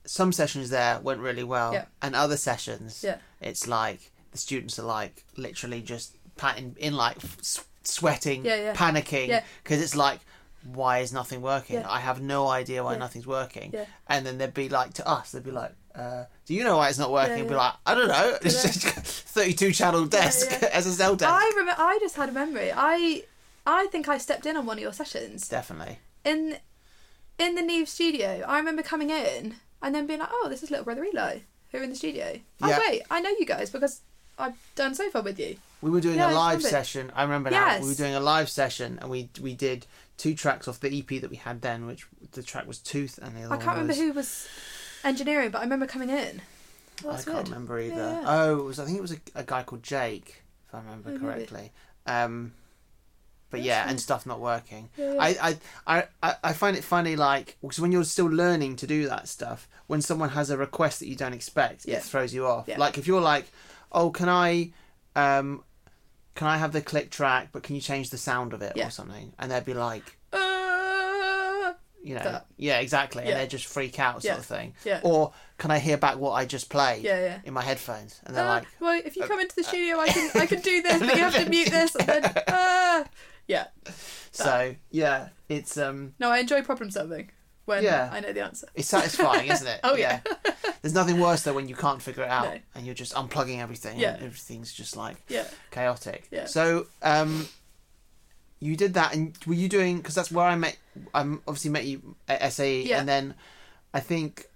S1: some sessions there went really well
S2: Yep.
S1: and other sessions
S2: Yeah.
S1: it's like the students are like literally just patting in like s- sweating
S2: Yeah, yeah.
S1: panicking
S2: Yeah.
S1: because it's like why is nothing working
S2: Yeah.
S1: i have no idea why
S2: Yeah.
S1: nothing's working
S2: Yeah.
S1: and then they'd be like to us they'd be like uh, do you know why it's not working?
S2: Yeah,
S1: Be
S2: yeah.
S1: like, I don't know. It's
S2: Yeah.
S1: just 32 channel desk,
S2: yeah.
S1: SSL desk.
S2: I remember. I just had a memory. I I think I stepped in on one of your sessions
S1: Definitely.
S2: in in the Neve studio. I remember coming in and then being like, "Oh, this is little brother Eli who are in the studio."
S1: Yeah.
S2: Oh wait, I know you guys because I've done so far with you.
S1: We were doing
S2: Yeah,
S1: a
S2: I
S1: live
S2: remember.
S1: session. I remember now.
S2: Yes.
S1: We were doing a live session, and we we did two tracks off the EP that we had then, which the track was Tooth, and the other
S2: I
S1: one
S2: can't remember
S1: was,
S2: who was engineering, but I remember coming in. Oh,
S1: I
S2: that's
S1: can't
S2: weird.
S1: remember either.
S2: yeah.
S1: Oh, it was I think it was a, a guy called Jake, if I remember
S2: Oh, maybe.
S1: correctly. Um, but
S2: That's
S1: yeah,
S2: weird.
S1: and stuff not working.
S2: Yeah, yeah.
S1: I, I I- I I find it funny, like because when you're still learning to do that stuff, when someone has a request that you don't expect,
S2: Yeah.
S1: it throws you off.
S2: Yeah.
S1: Like if you're like, oh, can I, um, can I have the click track, but can you change the sound of it
S2: Yeah.
S1: or something? And they'd be like,
S2: Uh,
S1: you know,
S2: That.
S1: yeah, exactly,
S2: Yeah.
S1: and they'd just freak out, sort
S2: Yeah.
S1: of thing.
S2: Yeah.
S1: Or can I hear back what I just played
S2: yeah, yeah.
S1: in my headphones? And they're
S2: Uh,
S1: like,
S2: well, if you
S1: uh,
S2: come into the studio, I can I can do this, but you have to mute this. And then, uh, yeah.
S1: so yeah, it's um,
S2: No, I enjoy problem solving when
S1: Yeah.
S2: I know the answer.
S1: it's satisfying, isn't it?
S2: Oh, yeah.
S1: There's nothing worse though when you can't figure it out
S2: No.
S1: and you're just unplugging everything
S2: Yeah.
S1: and everything's just like
S2: Yeah,
S1: chaotic.
S2: Yeah.
S1: So, um, you did that, and were you doing? Because that's where I met. I um, obviously met you at SAE,
S2: Yeah.
S1: and then I think,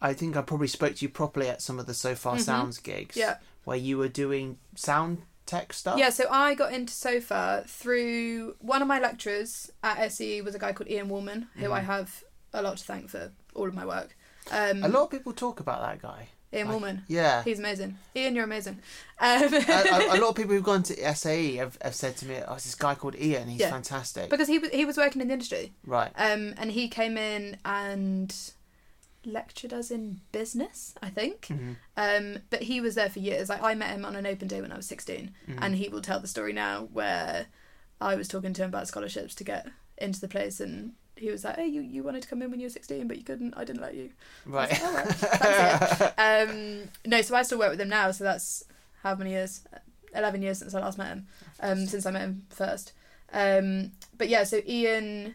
S1: I think I probably spoke to you properly at some of the So Far
S2: Mhm.
S1: Sounds gigs.
S2: yeah,
S1: Where you were doing sound tech stuff.
S2: yeah. So I got into sofa through one of my lecturers at SE was a guy called Ian Woolman, who
S1: Mm.
S2: I have a lot to thank for all of my work. Um,
S1: A lot of people talk about that guy.
S2: Ian
S1: like-
S2: Woolman,
S1: Yeah.
S2: he's amazing. Ian, you're amazing. Um,
S1: a, a- a lot of people who've gone to SAE have, have said to me, "Oh, it's this guy called Ian. He's
S2: Yeah.
S1: fantastic."
S2: because he was he was working in the industry.
S1: right.
S2: Um, and he came in and lectured us in business, I think.
S1: Mhm.
S2: Um, but he was there for years. Like I met him on an open day when I was 16, and he will tell the story now where I was talking to him about scholarships to get into the place, and he was like, "Hey, you, you wanted to come in when you were 16, but you couldn't. I didn't let you." I
S1: Right.
S2: was like, "All right, that's it." Um, no, so I still work with him now. So that's how many years? Eleven years since I last met him. Um, since I met him first. Um, but yeah, so Ian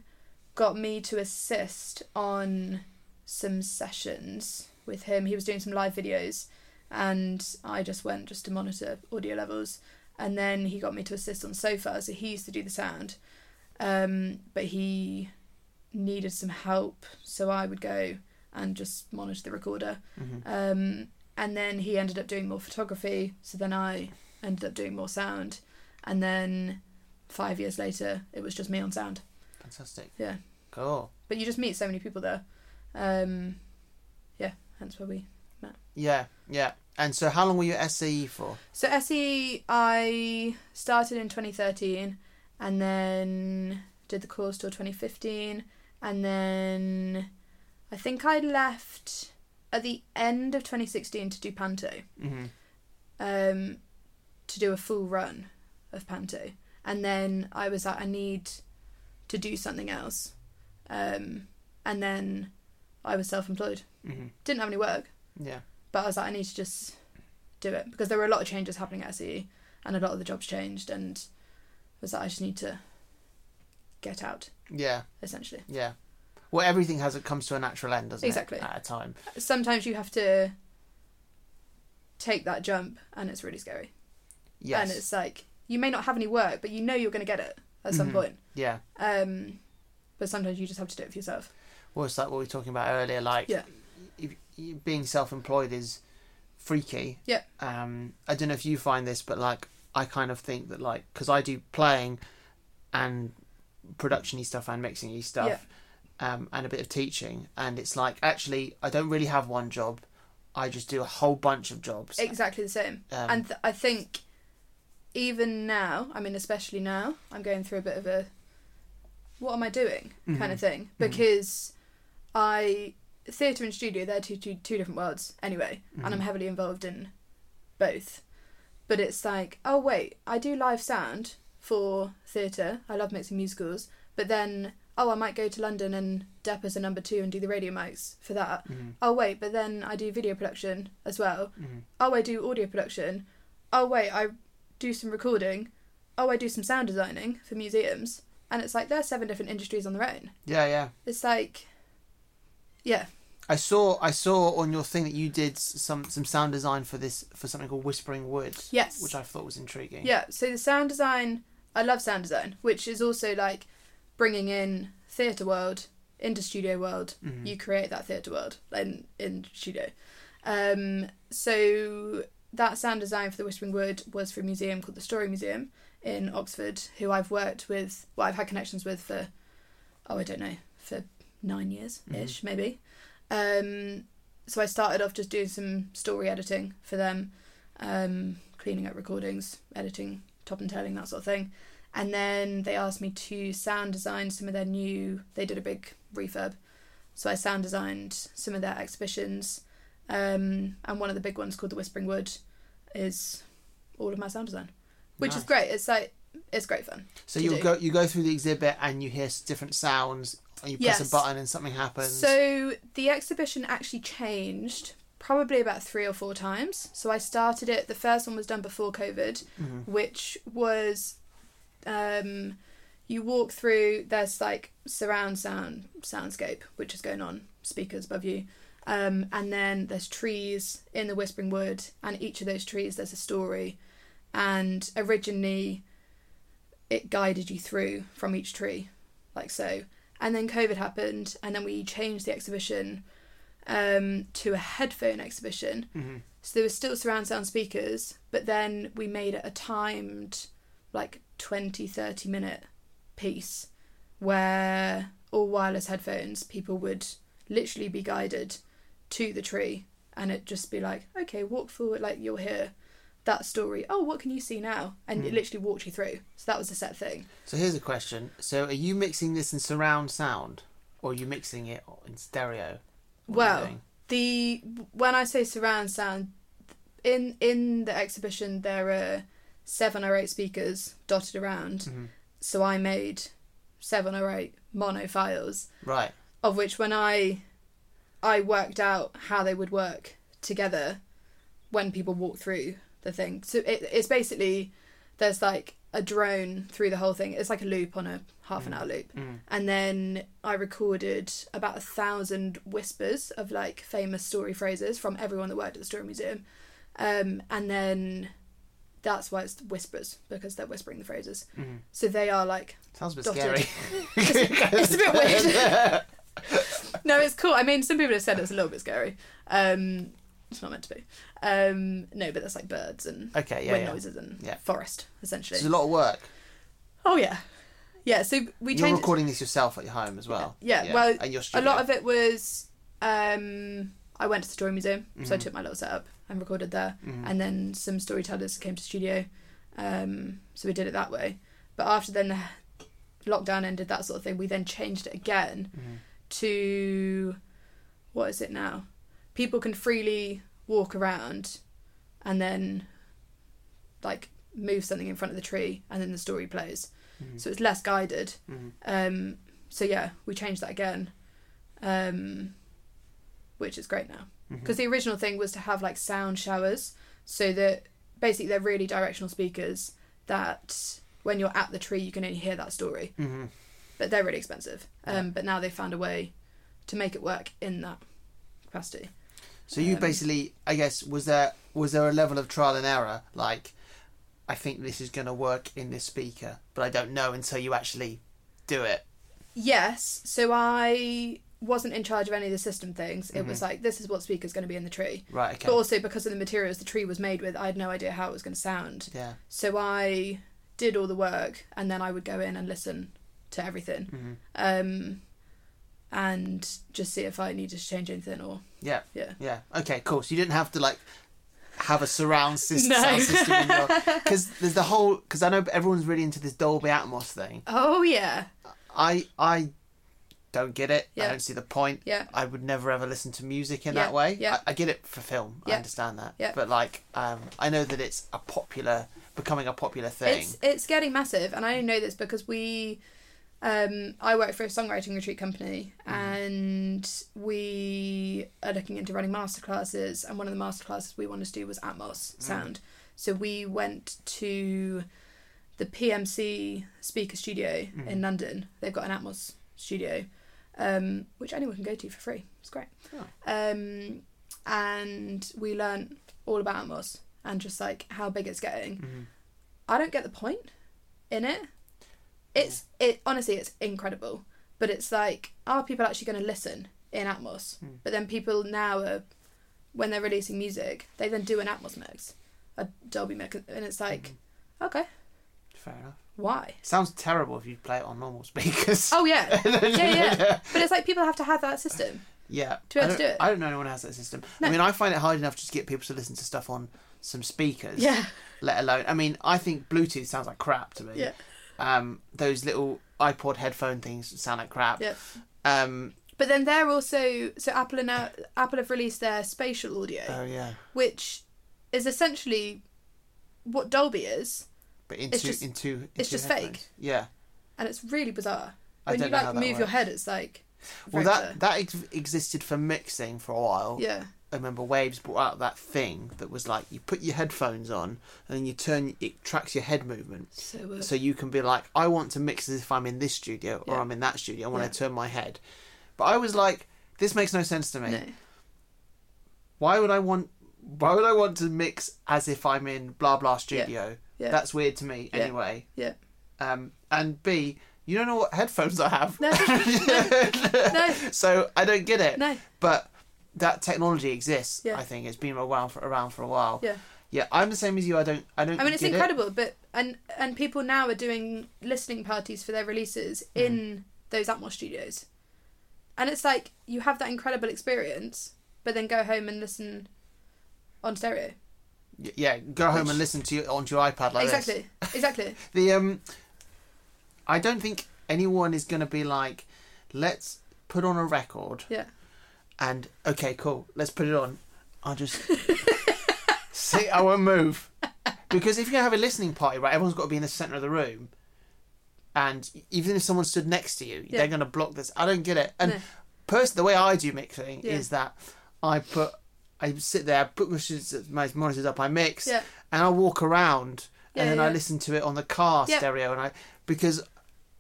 S2: got me to assist on some sessions with him. He was doing some live videos, and I just went just to monitor audio levels. And then he got me to assist on sofa, so he used to do the sound, um, but he needed some help, so I would go and just monitor the recorder.
S1: Mhm.
S2: Um, and then he ended up doing more photography, so then I ended up doing more sound. And then five years later, it was just me on sound.
S1: Fantastic.
S2: Yeah.
S1: Cool.
S2: But you just meet so many people there. Um, yeah, hence where we.
S1: Yeah, yeah. And so, how long were you at SAE for?
S2: So SE, I started in 2013 and then did the course till 2015. And then I think I left at the end of 2016 to do Panto.
S1: Mm-hmm.
S2: um, to do a full run of Panto. And then I was like, I need to do something else. Um, and then I was self employed.
S1: Mm-hmm.
S2: Didn't have any work,
S1: Yeah.
S2: but I was like, I need to just do it because there were a lot of changes happening at SE and a lot of the jobs changed. And I was like, I just need to get out,
S1: Yeah.
S2: essentially.
S1: Yeah. Well, everything has it comes to a natural end, doesn't
S2: Exactly.
S1: it? At a time.
S2: Sometimes you have to take that jump, and it's really scary.
S1: Yes.
S2: And it's like, you may not have any work, but you know you're going to get it at some
S1: Mhm.
S2: point.
S1: yeah.
S2: Um, but sometimes you just have to do it for yourself.
S1: Well, it's like what we were talking about earlier. Like,
S2: Yeah.
S1: if, you- being self-employed is freaky.
S2: Yeah.
S1: Um, I don't know if you find this, but like, I kind of think that like, because I do playing, and production-y stuff and mixing-y stuff, um, and a bit of teaching, and it's like actually I don't really have one job. I just do a whole bunch of jobs.
S2: Exactly the same.
S1: Um,
S2: and th- I think even now, I mean, especially now, I'm going through a bit of a what am I doing kind of thing because I theatre and studio they're two, two, two different worlds anyway, and I'm heavily involved in both. But it's like, oh wait, I do live sound for theatre. I love mixing musicals, but then oh, I might go to London and dep as a number two and do the radio mics for that.
S1: Mhm.
S2: Oh wait, but then I do video production as well.
S1: Mhm.
S2: Oh, I do audio production. Oh wait, I do some recording. Oh, I do some sound designing for museums. And it's like there are seven different industries on their own.
S1: yeah, yeah.
S2: It's like, yeah,
S1: I saw I saw on your thing that you did s- some some sound design for this for something called Whispering Woods.
S2: Yes.
S1: Which I thought was intriguing.
S2: yeah. So the sound design, I love sound design, which is also like bringing in theatre world into studio world.
S1: Mhm.
S2: You create that theatre world in in studio. Um, so that sound design for the Whispering Wood was for a museum called the Story Museum in Oxford, who I've worked with. Well, I've had connections with for oh, I don't know, for nine years ish, maybe. Um, so I started off just doing some story editing for them, um, cleaning up recordings, editing, top and tailing, that sort of thing. And then they asked me to sound design some of their new. They did a big refurb, so I sound designed some of their exhibitions, um, and one of the big ones called the Whispering Wood is all of my sound design, which
S1: Nice.
S2: is great. It's like it's great fun.
S1: So
S2: to
S1: you
S2: do.
S1: go you go through the exhibit and you hear s- different sounds and you press
S2: Yes.
S1: a button and something happens.
S2: So the exhibition actually changed probably about three or four times. So I started it. The first one was done before COVID,
S1: Mhm.
S2: which was um, you walk through. There's like surround sound soundscape, which is going on speakers above you. Um, and then there's trees in the Whispering Wood, and each of those trees there's a story. And originally, it guided you through from each tree, like so. And then COVID happened, and then we changed the exhibition um, to a headphone exhibition.
S1: Mhm.
S2: So there was still surround sound speakers, but then we made it a timed, like 20, 30 minute piece where all wireless headphones, people would literally be guided to the tree and it just be like, okay, walk forward, like you're here. That story. Oh, what can you see now? And it literally walked you through. So that was a set thing.
S1: So here's a question. So are you mixing this in surround sound or are you mixing it in stereo? What are you
S2: well,
S1: doing?
S2: the when I say surround sound, in in the exhibition there are seven or eight speakers dotted around.
S1: Mhm.
S2: So I made seven or eight mono files,
S1: right.
S2: of which when I I worked out how they would work together when people walk through the thing. So it, it's basically there's like a drone through the whole thing. It's like a loop on a half an hour loop. And then I recorded about a thousand whispers of like famous story phrases from everyone that worked at the Story Museum. Um, and then that's why it's whispers because they're whispering the phrases. So they are like
S1: Sounds a bit
S2: Dotted.
S1: scary.
S2: it's a bit weird. no, it's cool. I mean, some people have said it's a little bit scary. Um, it's not meant to be. Um, no, but that's like birds and
S1: okay, yeah.
S2: wind
S1: yeah.
S2: noises and
S1: Yeah.
S2: forest,
S1: So
S2: essentially.
S1: It's a lot of work.
S2: oh yeah, yeah. So we
S1: You're
S2: changed
S1: recording this yourself at your home as well.
S2: Yeah, well,
S1: and your
S2: a
S1: studio.
S2: lot of it was um, I went to the Story Museum, so I
S1: Mm-hmm.
S2: took my little setup and recorded there, and then some storytellers came to studio, um, so we did it that way. But after then, the lockdown ended, that sort of thing. We then changed it again
S1: Mm-hmm.
S2: to what is it now? People can freely walk around, and then like move something in front of the tree, and then the story plays. So it's less guided.
S1: Mhm.
S2: Um, so yeah, we changed that again, um, which is great now because the original thing was to have like sound showers, so that basically they're really directional speakers that when you're at the tree you can only hear that story,
S1: Mhm.
S2: but they're really expensive. Um, But now they found a way to make it work in that capacity.
S1: So you
S2: Um,
S1: basically, I guess, was there was there a level of trial and error? Like, I think this is going to work in this speaker, but I don't know until you actually do it.
S2: Yes, so I wasn't in charge of any of the system things. It was like this is what speaker's going to be in the tree.
S1: Right. Okay.
S2: But also because of the materials the tree was made with, I had no idea how it was going to sound.
S1: Yeah.
S2: So I did all the work, and then I would go in and listen to everything, um, and just see if I needed to change anything or
S1: Yeah.
S2: yeah.
S1: Yeah. Okay. Cool. So you didn't have to like have a surround system,
S2: No.
S1: sound system in your because there's the whole because I know everyone's really into this Dolby Atmos thing.
S2: Oh yeah,
S1: I I don't get it. I
S2: Yeah.
S1: don't see the point.
S2: yeah,
S1: I would never ever listen to music in
S2: Yeah,
S1: that way.
S2: yeah.
S1: I, I get it for film. I
S2: Yeah,
S1: understand that.
S2: yeah.
S1: But like, um, I know that it's a popular, becoming a popular thing.
S2: it's it's getting massive, and I only know this because we. Um, I work for a songwriting retreat company, and we are looking into running masterclasses. And one of the masterclasses we wanted to do was Atmos sound, so we went to the PMC speaker studio in London. They've got an Atmos studio, um, which anyone can go to for free. It's great.
S1: Oh.
S2: Um, and we learnt all about Atmos and just like how big it's getting.
S1: Mm-hmm.
S2: I don't get the point in it. It's it honestly it's incredible, but it's like are people actually going to listen in Atmos? But then people now are when they're releasing music, they then do an Atmos mix, a Dolby mix, and it's like okay,
S1: Fair enough.
S2: why?
S1: Sounds terrible if you play it on normal speakers.
S2: Oh yeah, yeah yeah. But it's like people have to have that system.
S1: yeah.
S2: To be
S1: I
S2: able to
S1: don't,
S2: do it.
S1: I don't know anyone who has that system. I
S2: No.
S1: mean, I find it hard enough just to get people to listen to stuff on some speakers.
S2: Yeah,
S1: Let alone, I mean, I think Bluetooth sounds like crap to me.
S2: yeah,
S1: Um, those little iPod headphone things sound like crap.
S2: yeah.
S1: Um,
S2: But then they're also so Apple and now Apple have released their spatial audio,
S1: oh yeah.
S2: which is essentially what Dolby is,
S1: But into
S2: just-
S1: into into
S2: it's just
S1: headphones.
S2: fake.
S1: Yeah.
S2: and it's really bizarre.
S1: I
S2: When
S1: don't
S2: you
S1: know
S2: like
S1: how that
S2: move your
S1: works.
S2: head, it's like
S1: Well,
S2: very
S1: that
S2: bizarre.
S1: that ex- existed for mixing for a while.
S2: yeah,
S1: I remember Waves brought out that thing that was like you put your headphones on and then you turn it tracks your head movement,
S2: so uh,
S1: so you can be like, I want to mix as if I'm in this studio or
S2: Yeah.
S1: I'm in that studio. I want
S2: Yeah.
S1: to turn my head, but I was like, this makes no sense to me.
S2: no,
S1: Why would I want? Why would I want to mix as if I'm in blah blah studio?
S2: Yeah.
S1: That's weird to me.
S2: Yeah.
S1: Anyway,
S2: yeah,
S1: um, and B, you don't know what headphones I have.
S2: no, no,
S1: so I don't get it.
S2: no,
S1: But that technology exists.
S2: Yeah.
S1: I think it's been around for around for a while.
S2: yeah.
S1: Yeah, I'm the same as you. I don't. I don't.
S2: I mean, it's
S1: get it.
S2: incredible, but and and people now are doing listening parties for their releases
S1: Mm.
S2: in those Atmos studios, and it's like you have that incredible experience, but then go home and listen on stereo.
S1: Y- Yeah, go home and listen to you onto your iPad like this.
S2: exactly, exactly.
S1: The um, I don't think anyone is going to be like, let's put on a record
S2: Yeah,
S1: and okay, cool, let's put it on. I'll just see. I won't move because if you have a listening party, right, everyone's got to be in the center of the room. And even if someone stood next to you,
S2: Yeah.
S1: they're going to block this. I don't get it. And
S2: No.
S1: pers- the way I do mixing
S2: Yeah.
S1: is that I put, I sit there, put my, sh- my monitors up, I mix,
S2: yeah,
S1: and I walk around
S2: Yeah,
S1: and then I
S2: yeah.
S1: listened to it on the car
S2: Yeah.
S1: stereo, and I because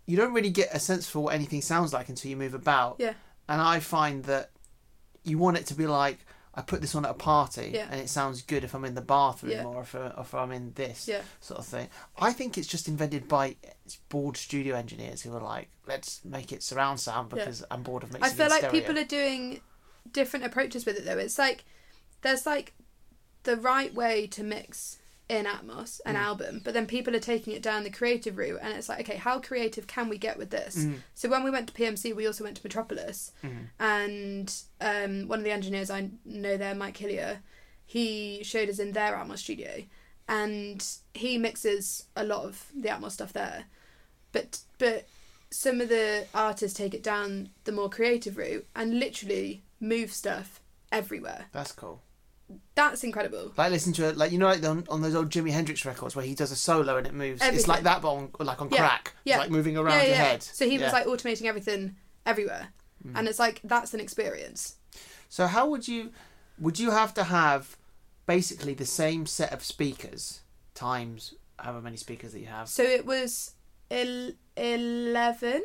S1: you don't really get a sense for what anything sounds like until you move about.
S2: Yeah.
S1: And I find that you want it to be like I put this on at a party,
S2: Yeah.
S1: and it sounds good if I'm in the bathroom
S2: Yeah.
S1: or if, uh, if I'm in this
S2: Yeah.
S1: sort of thing. I think it's just invented by bored studio engineers who are like, let's make it surround sound
S2: Yeah.
S1: because I'm bored of mixing.
S2: I feel
S1: in
S2: like
S1: stereo.
S2: people are doing different approaches with it though. It's like there's like the right way to mix in Atmos an album, but then people are taking it down the creative route, and it's like, okay, how creative can we get with this?
S1: Mm.
S2: So when we went to PMC, we also went to Metropolis,
S1: Mm-hmm.
S2: and um, one of the engineers I know there, Mike Hillier, he showed us in their Atmos studio, and he mixes a lot of the Atmos stuff there, but but some of the artists take it down the more creative route and literally move stuff everywhere.
S1: That's cool.
S2: That's incredible.
S1: Like listen to it, like you know, like on, on those old Jimi Hendrix records where he does a solo and it moves. It's
S2: Everything.
S1: like that, but on like on
S2: Yeah.
S1: crack. It's
S2: Yeah.
S1: like moving around
S2: yeah,
S1: your
S2: yeah.
S1: head.
S2: So he
S1: Yeah. Mm.
S2: was like automating everything everywhere, and it's like that's an experience.
S1: So how would you would you have to have basically the same set of speakers times however many speakers that you have?
S2: So it was el- eleven.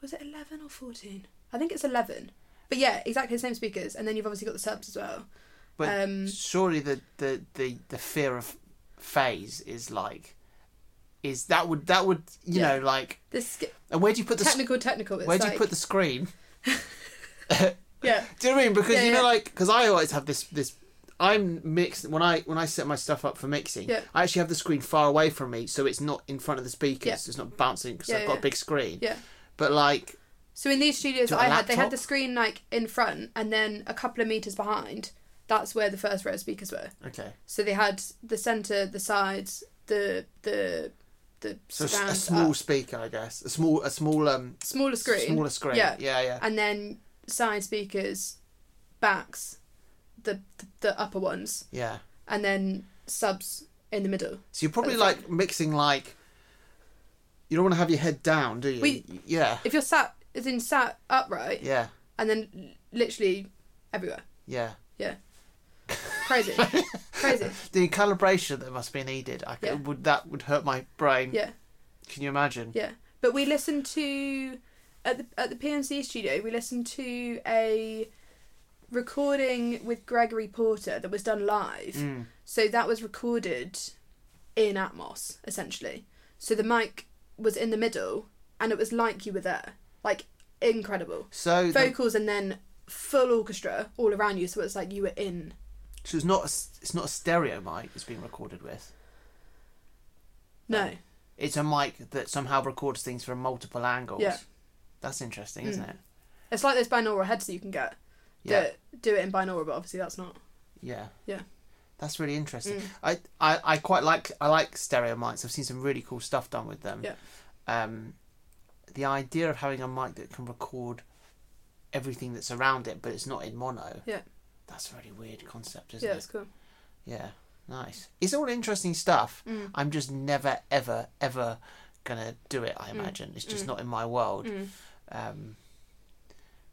S2: Was it eleven or fourteen? I think it's eleven. But yeah, exactly the same speakers, and then you've obviously got the subs as well.
S1: But
S2: um,
S1: surely the, the, the, the fear of phase is like is that would that would you
S2: Yeah.
S1: know like
S2: This
S1: and where do you put the sc-
S2: technical, technical. It's
S1: where do
S2: like,
S1: you put the screen?
S2: yeah,
S1: Do you know what I mean? Because
S2: Yeah,
S1: you know,
S2: yeah.
S1: like, because I always have this this. I'm mixed when I when I set my stuff up for mixing.
S2: Yeah.
S1: I actually have the screen far away from me, so it's not in front of the speakers.
S2: Yeah.
S1: It's not bouncing because
S2: Yeah,
S1: I've got
S2: yeah.
S1: a big screen.
S2: yeah.
S1: But like,
S2: So in these studios
S1: Do
S2: that
S1: a
S2: I had, they had the
S1: laptop?
S2: screen like in front and then a couple of meters behind. That's where the first row of speakers were.
S1: okay,
S2: So they had the center, the sides, the the the
S1: so s- a
S2: surrounds
S1: small
S2: up.
S1: speaker, I guess, a small a small um
S2: smaller screen,
S1: smaller screen.
S2: Yeah.
S1: yeah, yeah.
S2: and then side speakers, backs, the the, the upper ones,
S1: yeah.
S2: and then subs in the middle.
S1: So you're probably
S2: the
S1: like mixing like. You don't want to have your head down, do you?
S2: We-
S1: yeah,
S2: If you're sat, as in sat upright,
S1: yeah,
S2: and then l- literally everywhere.
S1: yeah.
S2: Yeah, crazy, crazy.
S1: The calibration that must be needed, I c-
S2: Yeah.
S1: would that would hurt my brain.
S2: Yeah.
S1: Can you imagine?
S2: Yeah, but we listened to at the at the PNC studio. We listened to a recording with Gregory Porter that was done live.
S1: Mm.
S2: So that was recorded in Atmos essentially. So the mic was in the middle, and it was like you were there. Like incredible
S1: So the-
S2: vocals, and then full orchestra all around you. So it's like you were in.
S1: So it's not a, s- it's not a stereo mic that's being recorded with.
S2: No,
S1: It's a mic that somehow records things from multiple angles.
S2: Yeah. Mm.
S1: That's interesting, isn't it?
S2: it's like those binaural heads that you can get.
S1: Yeah.
S2: That do it in binaural, but obviously that's not.
S1: Yeah.
S2: Yeah.
S1: That's really interesting.
S2: Mm.
S1: I, I, I quite like I like stereo mics. I've seen some really cool stuff done with them.
S2: Yeah.
S1: Um, the idea of having a mic that can record everything that's around it, but it's not in mono.
S2: Yeah.
S1: That's a really weird concept, isn't
S2: Yeah,
S1: it?
S2: it's cool.
S1: Yeah. Nice. It's all interesting stuff.
S2: Mm.
S1: I'm just never, ever, ever gonna do it. I imagine it's just
S2: Mm.
S1: not in my world.
S2: Mm.
S1: Um,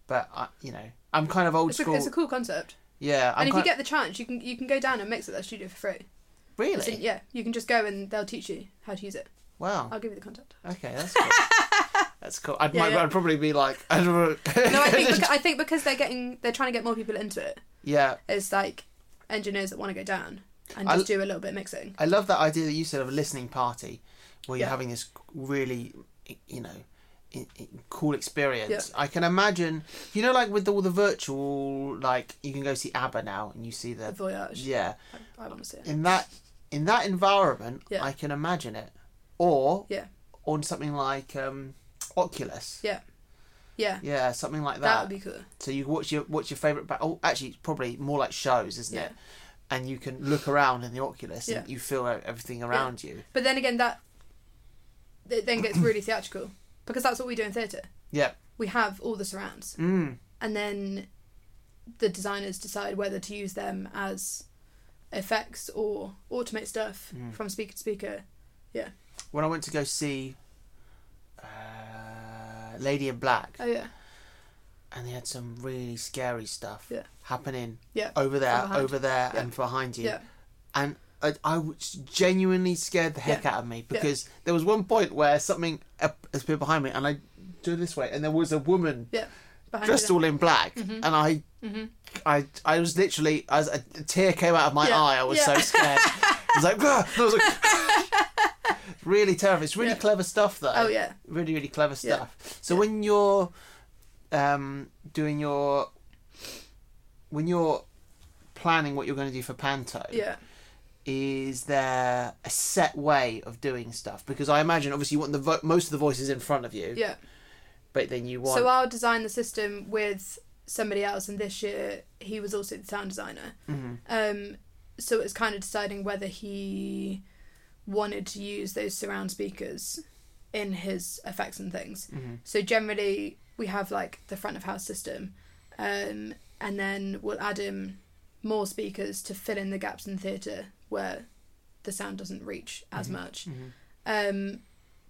S1: but I, you know, I'm kind of old
S2: It's a,
S1: school.
S2: it's a cool concept.
S1: yeah, I'm
S2: and if you
S1: kind
S2: get the chance, you can you can go down and mix at their studio for free.
S1: really Oh.
S2: So, yeah, you can just go and they'll teach you how to use it.
S1: wow.
S2: I'll give you the contact.
S1: Okay, that's cool. that's cool. I'd,
S2: Oh. Yeah,
S1: might,
S2: yeah.
S1: I'd probably be like, I don't know.
S2: No, I think because, I think because they're getting they're trying to get more people into it.
S1: yeah.
S2: It's like engineers that want to go down and
S1: I-
S2: just do a little bit of mixing.
S1: I love that idea that you said of a listening party, where you're
S2: Yeah.
S1: having this really, you know, i i cool experience. I can imagine, you know, like with all the virtual, like you can go see ABBA now and you see
S2: The
S1: the
S2: voyage.
S1: yeah
S2: I, I want to see it.
S1: in that in that environment.
S2: Yeah.
S1: I can imagine it, or
S2: Yeah.
S1: on something like um, Oculus.
S2: Yeah,
S1: Yeah, something like
S2: that
S1: that.
S2: would be cool.
S1: So you watch your what's your favorite? Ba- oh, actually, it's probably more like shows, isn't it?
S2: Yeah.
S1: And you can look around in the Oculus,
S2: Yeah.
S1: and you feel e-, everything around you.
S2: But then again, that it then gets really theatrical because that's what we do in theatre.
S1: Yeah.
S2: We have all the surrounds,
S1: Mm.
S2: and then the designers decide whether to use them as effects or automate stuff
S1: Mm.
S2: from speaker to speaker.
S1: when I went to go see uh, Lady in Black,
S2: Oh yeah,
S1: and they had some really scary stuff
S2: Yeah.
S1: happening
S2: Yeah,
S1: over there,
S2: behind.
S1: over there,
S2: Yeah.
S1: and behind you.
S2: yeah,
S1: And I, I was genuinely scared the heck
S2: Yeah.
S1: out of me because there was one point where something ap- appeared behind me and I do this way and there was a woman
S2: Yeah. Behind
S1: dressed
S2: you
S1: all in black
S2: Mm-hmm.
S1: and I, I, I was literally as a, a tear came out of my
S2: Yeah.
S1: eye. I was so
S2: Yeah.
S1: scared. I was like, "Ugh!" I was like, really terrible. It's really
S2: Yeah.
S1: clever stuff though.
S2: there. Oh yeah.
S1: Really, really clever
S2: Yeah.
S1: stuff. So
S2: Yeah.
S1: when you're um, doing your when you're planning what you're going to do for Panto,
S2: Yeah.
S1: is there a set way of doing stuff? Because I imagine obviously you want the vo- most of the voices in front of you,
S2: Yeah.
S1: but then you want
S2: So I'll design the system with somebody else, and this year he was also the sound designer.
S1: Mhm.
S2: Um, so it was kind of deciding whether he wanted to use those surround speakers in his effects and things.
S1: Mhm.
S2: So generally, we have like the front of house system, um, and then we'll add in more speakers to fill in the gaps in the theatre where the sound doesn't reach as much.
S1: Mhm.
S2: Um,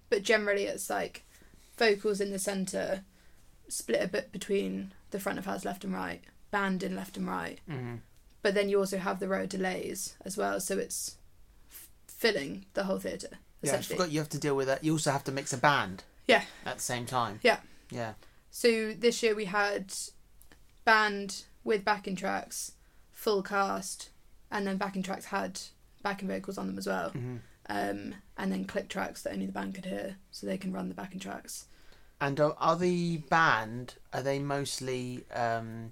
S2: but generally, it's like vocals in the centre, split a bit between the front of house left and right, band in left and right
S1: Mhm.
S2: but then you also have the row delays as well, so it's f- filling the whole theatre
S1: Yeah, I
S2: essentially.
S1: forgot you have to deal with that. You also have to mix a band.
S2: Yeah.
S1: At the same time.
S2: Yeah.
S1: Yeah.
S2: so this year we had band with backing tracks, full cast, and then backing tracks had backing vocals on them as well,
S1: hmm
S2: um, and then click tracks that only the band could hear, so they can run the backing tracks.
S1: And are, are the band are they mostly um,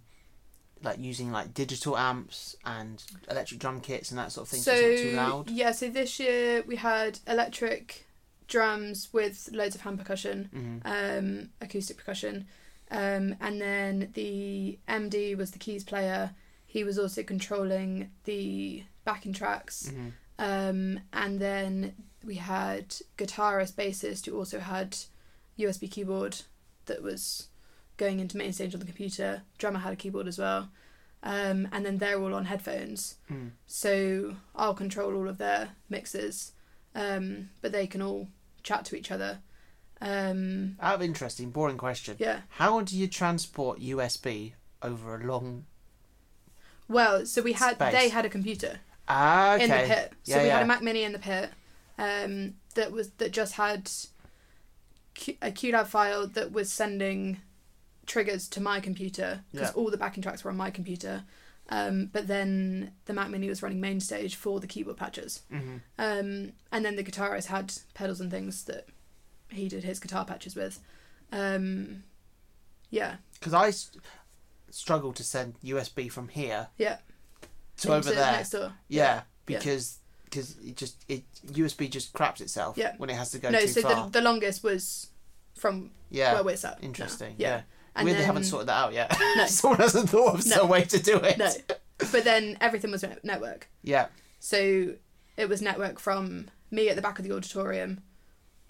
S1: like using like digital amps and electric drum kits and that sort of thing? So, it's not too loud.
S2: yeah, so this year we had electric drums with loads of hand percussion.
S1: hmm
S2: um, acoustic percussion. Um, and then the MD was the keys player. He was also controlling the backing tracks.
S1: hmm
S2: Um, and then we had guitarist, bassist, who also had USB keyboard that was going into main stage on the computer. Drummer had a keyboard as well. Um, and then they're all on headphones.
S1: Mm.
S2: So I'll control all of their mixes, um, but they can all chat to each other. Um,
S1: Out of interesting, boring question.
S2: yeah.
S1: How do you transport USB over a long?
S2: Well, so we had
S1: Space.
S2: they had a computer
S1: Ah, okay.
S2: in the pit. So
S1: Yeah,
S2: we had
S1: yeah.
S2: a Mac Mini in the pit um, that was that just had Q, a QLab file that was sending triggers to my computer because
S1: Yeah.
S2: all the backing tracks were on my computer. Um, but then the Mac Mini was running main stage for the keyboard patches,
S1: Mhm.
S2: um, and then the guitarist had pedals and things that he did his guitar patches with. Um, yeah,
S1: because I s- struggle to send USB from here.
S2: Yeah.
S1: To over
S2: Into
S1: there.
S2: next door.
S1: Yeah,
S2: Yeah.
S1: because because it just it USB just craps itself
S2: Yeah.
S1: when it has to go
S2: No,
S1: too
S2: so
S1: far.
S2: the, the longest was from
S1: yeah.
S2: where we're sat. now.
S1: Interesting.
S2: Yeah.
S1: Yeah.
S2: And
S1: Weird they
S2: then-
S1: haven't sorted that out yet.
S2: No.
S1: Someone hasn't thought of
S2: No.
S1: some way to do it.
S2: No, but then everything was net- network.
S1: Yeah.
S2: So it was network from me at the back of the auditorium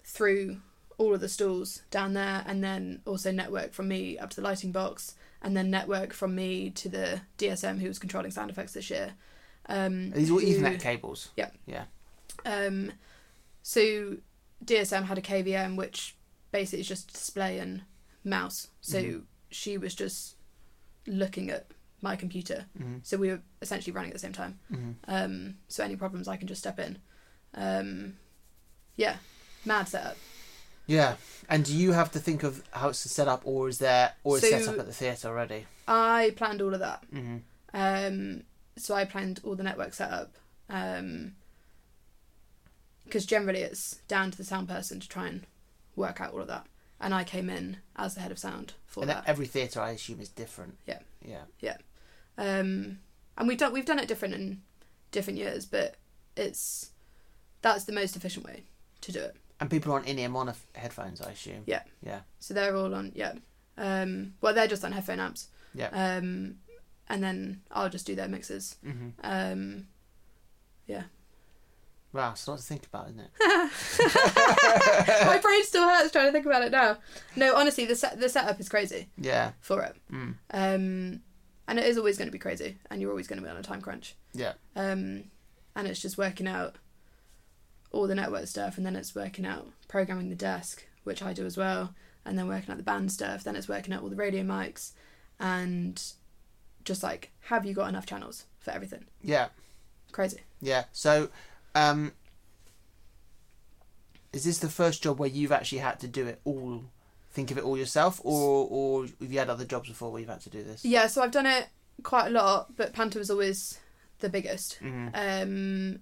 S2: through all of the stalls down there, and then also network from me up to the lighting box, and then network from me to the DSM who was controlling sound effects this year. Um,
S1: Are These all
S2: who-
S1: Ethernet cables.
S2: Um, so DSM had a KVM, which basically is just display and mouse. So
S1: Mhm.
S2: she was just looking at my computer.
S1: Mm-hmm.
S2: So we were essentially running at the same time.
S1: hmm
S2: Um, so any problems, I can just step in. Um, yeah, mad setup.
S1: Yeah. And do you have to think of how it's set up, or is there, or it's
S2: So-
S1: set up at the theatre already?
S2: I planned all of that.
S1: Mm-hmm.
S2: Um, so I planned all the network setup. Because generally it's down to the sound person to try and work out all of that. And I came in as the head of sound for
S1: And
S2: that.
S1: every theatre, I assume, is different.
S2: Yeah.
S1: Yeah.
S2: um and we've done we've done it different in different years but it's that's the most efficient way to do it
S1: And people are on in-ear mono headphones, I assume.
S2: Yeah.
S1: Yeah.
S2: so they're all on yeah um well they're just on headphone amps
S1: Yeah.
S2: um and then i'll just do their mixes
S1: Mm-hmm.
S2: um
S1: Wow, it's a lot to think about, isn't it?
S2: my brain still hurts trying to think about it now no honestly the set the setup is crazy
S1: Yeah.
S2: for it
S1: Mm.
S2: um and it is always going to be crazy and you're always going to be on a time crunch
S1: Yeah.
S2: um, and it's just working out all the network stuff, and then it's working out programming the desk, which I do as well, and then working out the band stuff. Then it's working out all the radio mics, and just like, have you got enough channels for everything?
S1: Yeah.
S2: Crazy.
S1: Yeah. So, um, is this the first job where you've actually had to do it all, think of it all yourself, or or have you had other jobs before where you've had to do this?
S2: Yeah, so I've done it quite a lot, but Panta was always the biggest.
S1: Mm-hmm.
S2: Um,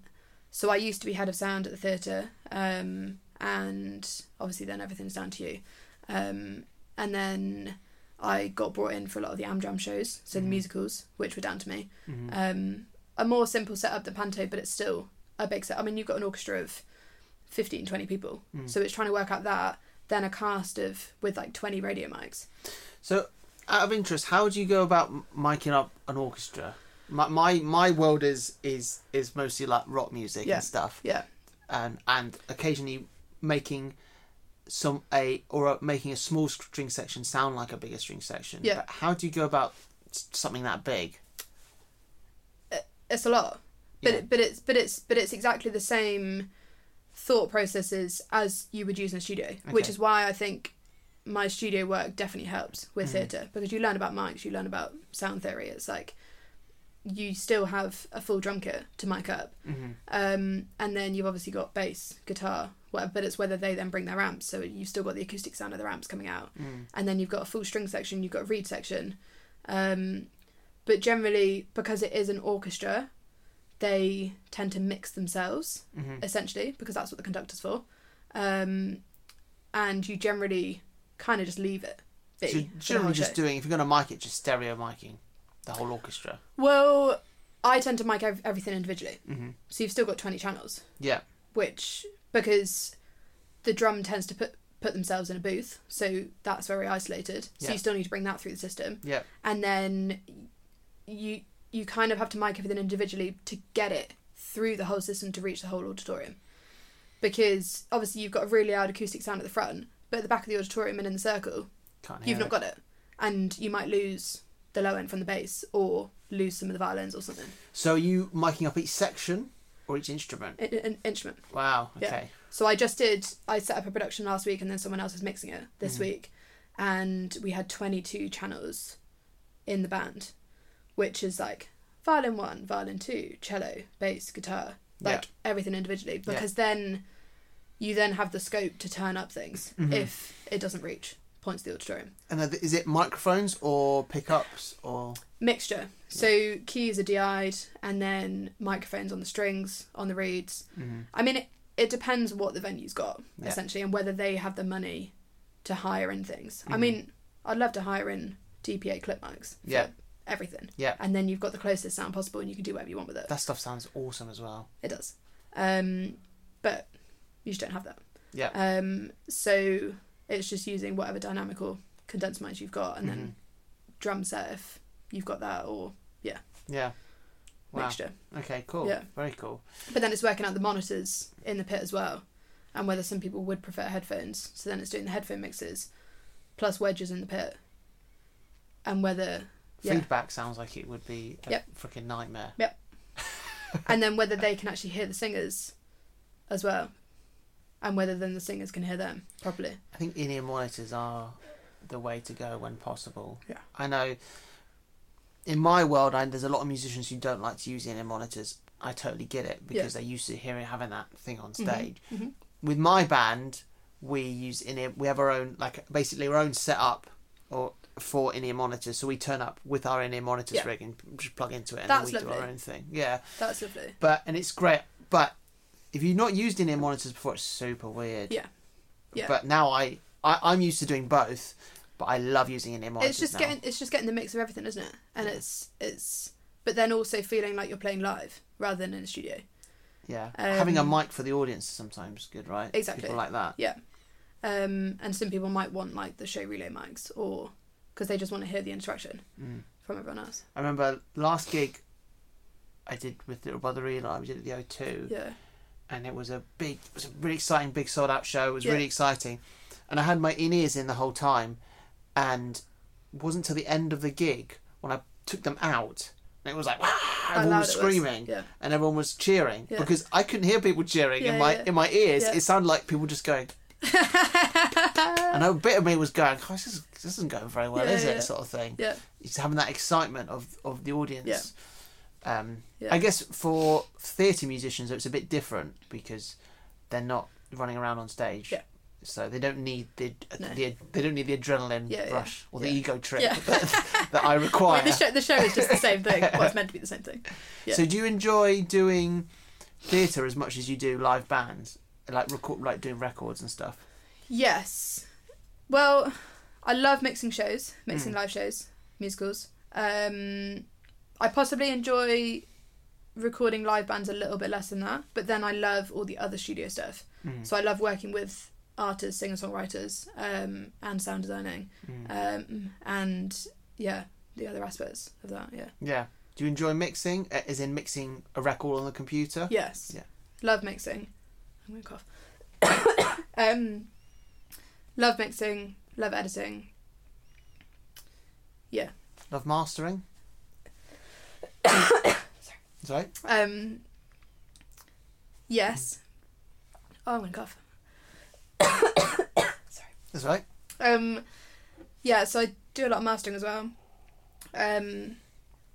S2: so I used to be head of sound at the theatre, um, and obviously then everything's down to you. Um, and then I got brought in for a lot of the Amdram shows, so
S1: Mhm.
S2: the musicals, which were down to me.
S1: Mm-hmm.
S2: Um, a more simple setup than Panto, but it's still a big set. I mean, you've got an orchestra of 15, 20 people,
S1: Mm.
S2: so it's trying to work out that, then a cast of with like 20 radio mics.
S1: So, out of interest, how do you go about m- miking up an orchestra? My my, my world is is is mostly like rock music
S2: Yeah.
S1: and stuff,
S2: Yeah.
S1: and and occasionally making some a or a, making a small string section sound like a bigger string section.
S2: Yeah.
S1: But how do you go about s- something that big?
S2: it's a lot but
S1: Yeah.
S2: but it's but it's but it's exactly the same thought processes as you would use in a studio which
S1: Okay.
S2: is why i think my studio work definitely helps
S1: Mm.
S2: with theatre because you learn about mics you learn about sound theory it's like you still have a full drum kit to mic up
S1: Mm-hmm.
S2: um, and then you've obviously got bass guitar whatever but it's whether they then bring their amps so you've still got the acoustic sound of their amps coming out
S1: Mm.
S2: and then you've got a full string section, you've got a reed section. Um, but generally, because it is an orchestra, they tend to mix themselves
S1: Mm-hmm.
S2: essentially because that's what the conductor's for. Um, and you generally kind of just leave it. Be
S1: So
S2: for
S1: you're
S2: the
S1: generally
S2: whole
S1: just
S2: show.
S1: doing if you're going to mic it, just stereo micing the whole orchestra.
S2: well, I tend to mic ev- everything individually,
S1: Mm-hmm.
S2: so you've still got twenty channels,
S1: Yeah.
S2: which because the drum tends to put put themselves in a booth, so that's very isolated. So
S1: Yeah.
S2: you still need to bring that through the system.
S1: Yeah.
S2: and then you you kind of have to mic everything individually to get it through the whole system to reach the whole auditorium because obviously you've got a really loud acoustic sound at the front but at the back of the auditorium and in the circle
S1: Can't hear
S2: you've
S1: it.
S2: not got it and you might lose the low end from the bass or lose some of the violins or something
S1: So are you micing up each section or each instrument?
S2: an, an instrument
S1: Wow.
S2: Yeah.
S1: Okay.
S2: so i just did i set up a production last week and then someone else was mixing it this
S1: Mhm.
S2: week and we had 22 channels in the band which is like violin one, violin two, cello, bass, guitar, like everything individually.
S1: Yeah.
S2: Because then you then have the scope to turn up things
S1: Mhm.
S2: if it doesn't reach points of the auditorium.
S1: And are th- is it microphones or pickups or?
S2: Mixture. So keys are DI'd and then microphones on the strings, on the reeds.
S1: Mhm.
S2: I mean, it, it depends what the venue's got,
S1: Yeah.
S2: essentially, and whether they have the money to hire in things. I
S1: Mhm.
S2: mean, I'd love to hire in DPA clip mics for
S1: Yeah.
S2: everything.
S1: Yeah.
S2: And then you've got the closest sound possible and you can do whatever you want with it.
S1: That stuff sounds awesome as well.
S2: It does. Um, but you just don't have that.
S1: Yeah.
S2: Um, so it's just using whatever dynamical condenser mics you've got and
S1: Mm-hmm.
S2: then drum set if you've got that or
S1: Yeah. Wow.
S2: mixture.
S1: Okay. Cool.
S2: Yeah.
S1: Very cool.
S2: But then it's working out the monitors in the pit as well and whether some people would prefer headphones. So then it's doing the headphone mixes plus wedges in the pit and whether Yeah.
S1: Feedback sounds like it would be a
S2: Yep.
S1: freaking nightmare.
S2: and then whether they can actually hear the singers as well and whether then the singers can hear them properly.
S1: I think in-ear monitors are the way to go when possible.
S2: Yeah.
S1: I know. In my world, I, there's a lot of musicians who don't like to use in-ear monitors. I totally get it because they're used to hearing having that thing on stage.
S2: Mhm.
S1: With my band, we use in-ear. We have our own like basically our own setup or for in-ear monitors. So we turn up with our in-ear monitors
S2: Yeah.
S1: rig and just plug into it, and
S2: That's
S1: then we do our
S2: lovely.
S1: own thing. Yeah,
S2: That's lovely.
S1: but and it's great. But if you've not used in-ear monitors before, it's super weird.
S2: Yeah. Yeah.
S1: But now I, I I'm used to doing both, but I love using in-ear monitors.
S2: it's just
S1: now.
S2: getting it's just getting the mix of everything, isn't it? And
S1: Yeah.
S2: it's it's but then also feeling like you're playing live rather than in a studio.
S1: yeah.
S2: um,
S1: Having a mic for the audience is sometimes good, right?
S2: Exactly.
S1: People like that.
S2: Um, and some people might want like the show relay mics or because they just want to hear the interaction
S1: Mm.
S2: from everyone else.
S1: I remember last gig I did with Little Brother Eli. We did it at the O2,
S2: Yeah,
S1: and it was a big, it was a really exciting, big sold-out show. It was
S2: Yeah.
S1: really exciting, and I had my in-ears in the whole time, and it wasn't till the end of the gig when I took them out, and it was like, wow,
S2: How
S1: everyone
S2: loud
S1: was
S2: it
S1: screaming.
S2: Yeah,
S1: and everyone was cheering
S2: Yeah.
S1: because I couldn't hear people cheering in
S2: Yeah,
S1: my
S2: yeah.
S1: in my ears.
S2: Yeah.
S1: It sounded like people just going, and a bit of me was going, "Oh, this, is, this isn't going very well,
S2: Yeah,
S1: is
S2: yeah,
S1: it?"
S2: yeah.
S1: Sort of thing.
S2: yeah,
S1: It's having that excitement of of the audience. Um,
S2: Yeah.
S1: I guess for theatre musicians, it's a bit different because they're not running around on stage.
S2: Yeah.
S1: So they don't need the,
S2: No.
S1: the they don't need the adrenaline
S2: Yeah, yeah,
S1: rush or the
S2: yeah.
S1: ego trip
S2: Yeah.
S1: that, that I
S2: I
S1: require.
S2: mean, the show the show is just the same thing. Well, it's meant to be the same thing. yeah.
S1: So do you enjoy doing theatre as much as you do live bands, like record, like doing records and stuff?
S2: Yes. Well, I love mixing shows, mixing
S1: Mm.
S2: live shows, musicals. Um, I possibly enjoy recording live bands a little bit less than that, but then I love all the other studio stuff.
S1: Mm.
S2: So I love working with artists, singer songwriters, um, and sound designing,
S1: Mm.
S2: um, and yeah, the other aspects of that. Yeah.
S1: Yeah. Do you enjoy mixing? uh, As in mixing a record on the computer?
S2: Yes.
S1: Yeah.
S2: Love mixing. I'm gonna cough. um, love mixing. Love editing.
S1: Love mastering? Sorry. Sorry?
S2: Um, yes.
S1: Mm.
S2: Oh, I'm gonna cough.
S1: That's right.
S2: Um, yeah. So I do a lot of mastering as well. Um,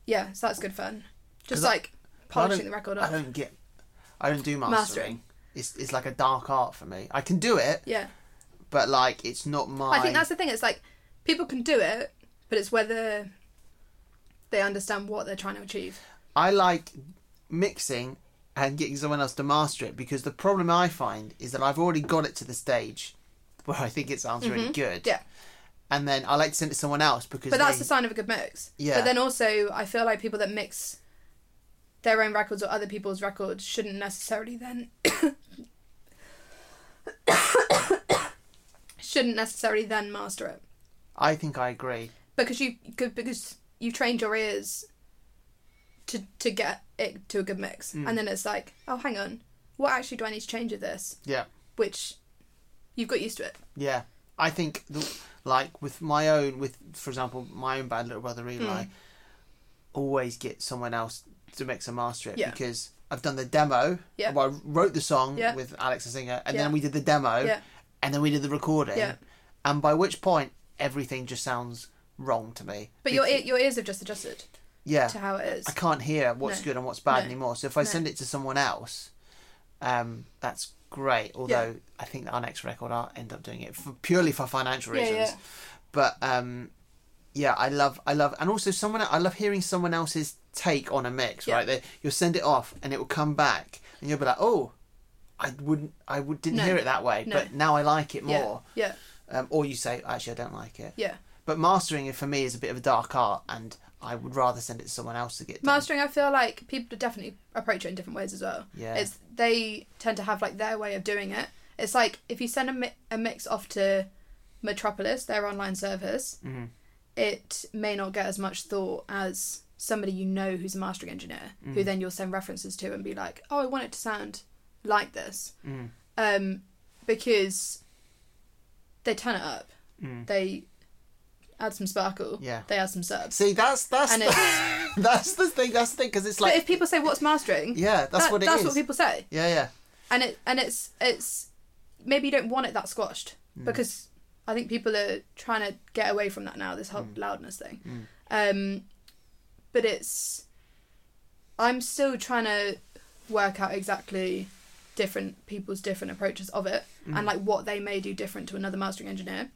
S2: yeah. So that's good fun.
S1: 'Cause
S2: Just
S1: I- I
S2: like
S1: don't-
S2: polishing the record
S1: I
S2: up.
S1: don't get. I don't do mastering.
S2: Mastering.
S1: It's, it's like a dark art for me. I can do it,
S2: Yeah.
S1: but like it's not my.
S2: I think that's the thing. It's like people can do it, but it's whether they understand what they're trying to achieve.
S1: I like mixing and getting someone else to master it because the problem I find is that I've already got it to the stage where I think it sounds really good.
S2: Mm-hmm. Yeah.
S1: And then I like to send it to someone else because.
S2: But that's
S1: they-
S2: the sign of a good mix.
S1: Yeah.
S2: But then also, I feel like people that mix their own records or other people's records shouldn't necessarily then shouldn't necessarily then master it
S1: I think I agree.
S2: because you could because you've trained your ears to to get it to a good mix, and then it's like, oh, hang on, what actually do I need to change with this?
S1: Yeah.
S2: Which you've got used to it.
S1: Yeah, I think the, like with my own, with for example, my own band, Little Brother Eli,
S2: Hmm.
S1: always get someone else to mix and master it
S2: Yeah.
S1: because I've done the demo.
S2: Yeah.
S1: Well, I wrote the song
S2: Yeah.
S1: with Alex the singer, and
S2: Yeah.
S1: then we did the demo,
S2: Yeah.
S1: and then we did the recording,
S2: Yeah.
S1: and by which point everything just sounds wrong to me.
S2: But your
S1: Because-
S2: ear- your ears have just adjusted
S1: yeah,
S2: to how it is.
S1: Ah, I can't hear what's
S2: No.
S1: good and what's bad
S2: No.
S1: anymore. So if I
S2: No.
S1: send it to someone else, um, that's great. Although I think our next record, I'll end up doing it for, purely for financial
S2: Yeah,
S1: reasons.
S2: yeah.
S1: But um, yeah, I love, I love, and also someone, I love hearing someone else's take on a mix.
S2: Yeah.
S1: Right, they, you'll send it off and it will come back, and you'll be like, oh. I wouldn't. I would, didn't
S2: No.
S1: hear it that way,
S2: No.
S1: but now I like it
S2: Yeah.
S1: more.
S2: Yeah.
S1: Um, or you say, actually, I don't like it.
S2: Yeah.
S1: But mastering it for me is a bit of a dark art, and I would rather send it to someone else to get done.
S2: mastering i feel like people definitely approach it in different ways as well
S1: Yeah.
S2: it's they tend to have like their way of doing it it's like if you send a, mi- a mix off to metropolis their online service
S1: Mhm.
S2: it may not get as much thought as somebody you know who's a mastering engineer
S1: Mm.
S2: who then you'll send references to and be like oh i want it to sound like this
S1: Mm.
S2: um, because they turn it up
S1: Mm.
S2: they add some sparkle
S1: Yeah.
S2: they add some subs
S1: See, that's that's
S2: And
S1: the, that's the thing. That's the thing because it's
S2: but
S1: like
S2: if people say what's mastering
S1: yeah, that's
S2: that-
S1: what it is.
S2: that's what people say
S1: yeah, yeah,
S2: and it and it's it's maybe you don't want it that squashed because I think people are trying to get away from that now this whole loudness thing um but it's I'm still trying to work out exactly different people's different approaches of it and like what they may do different to another mastering engineer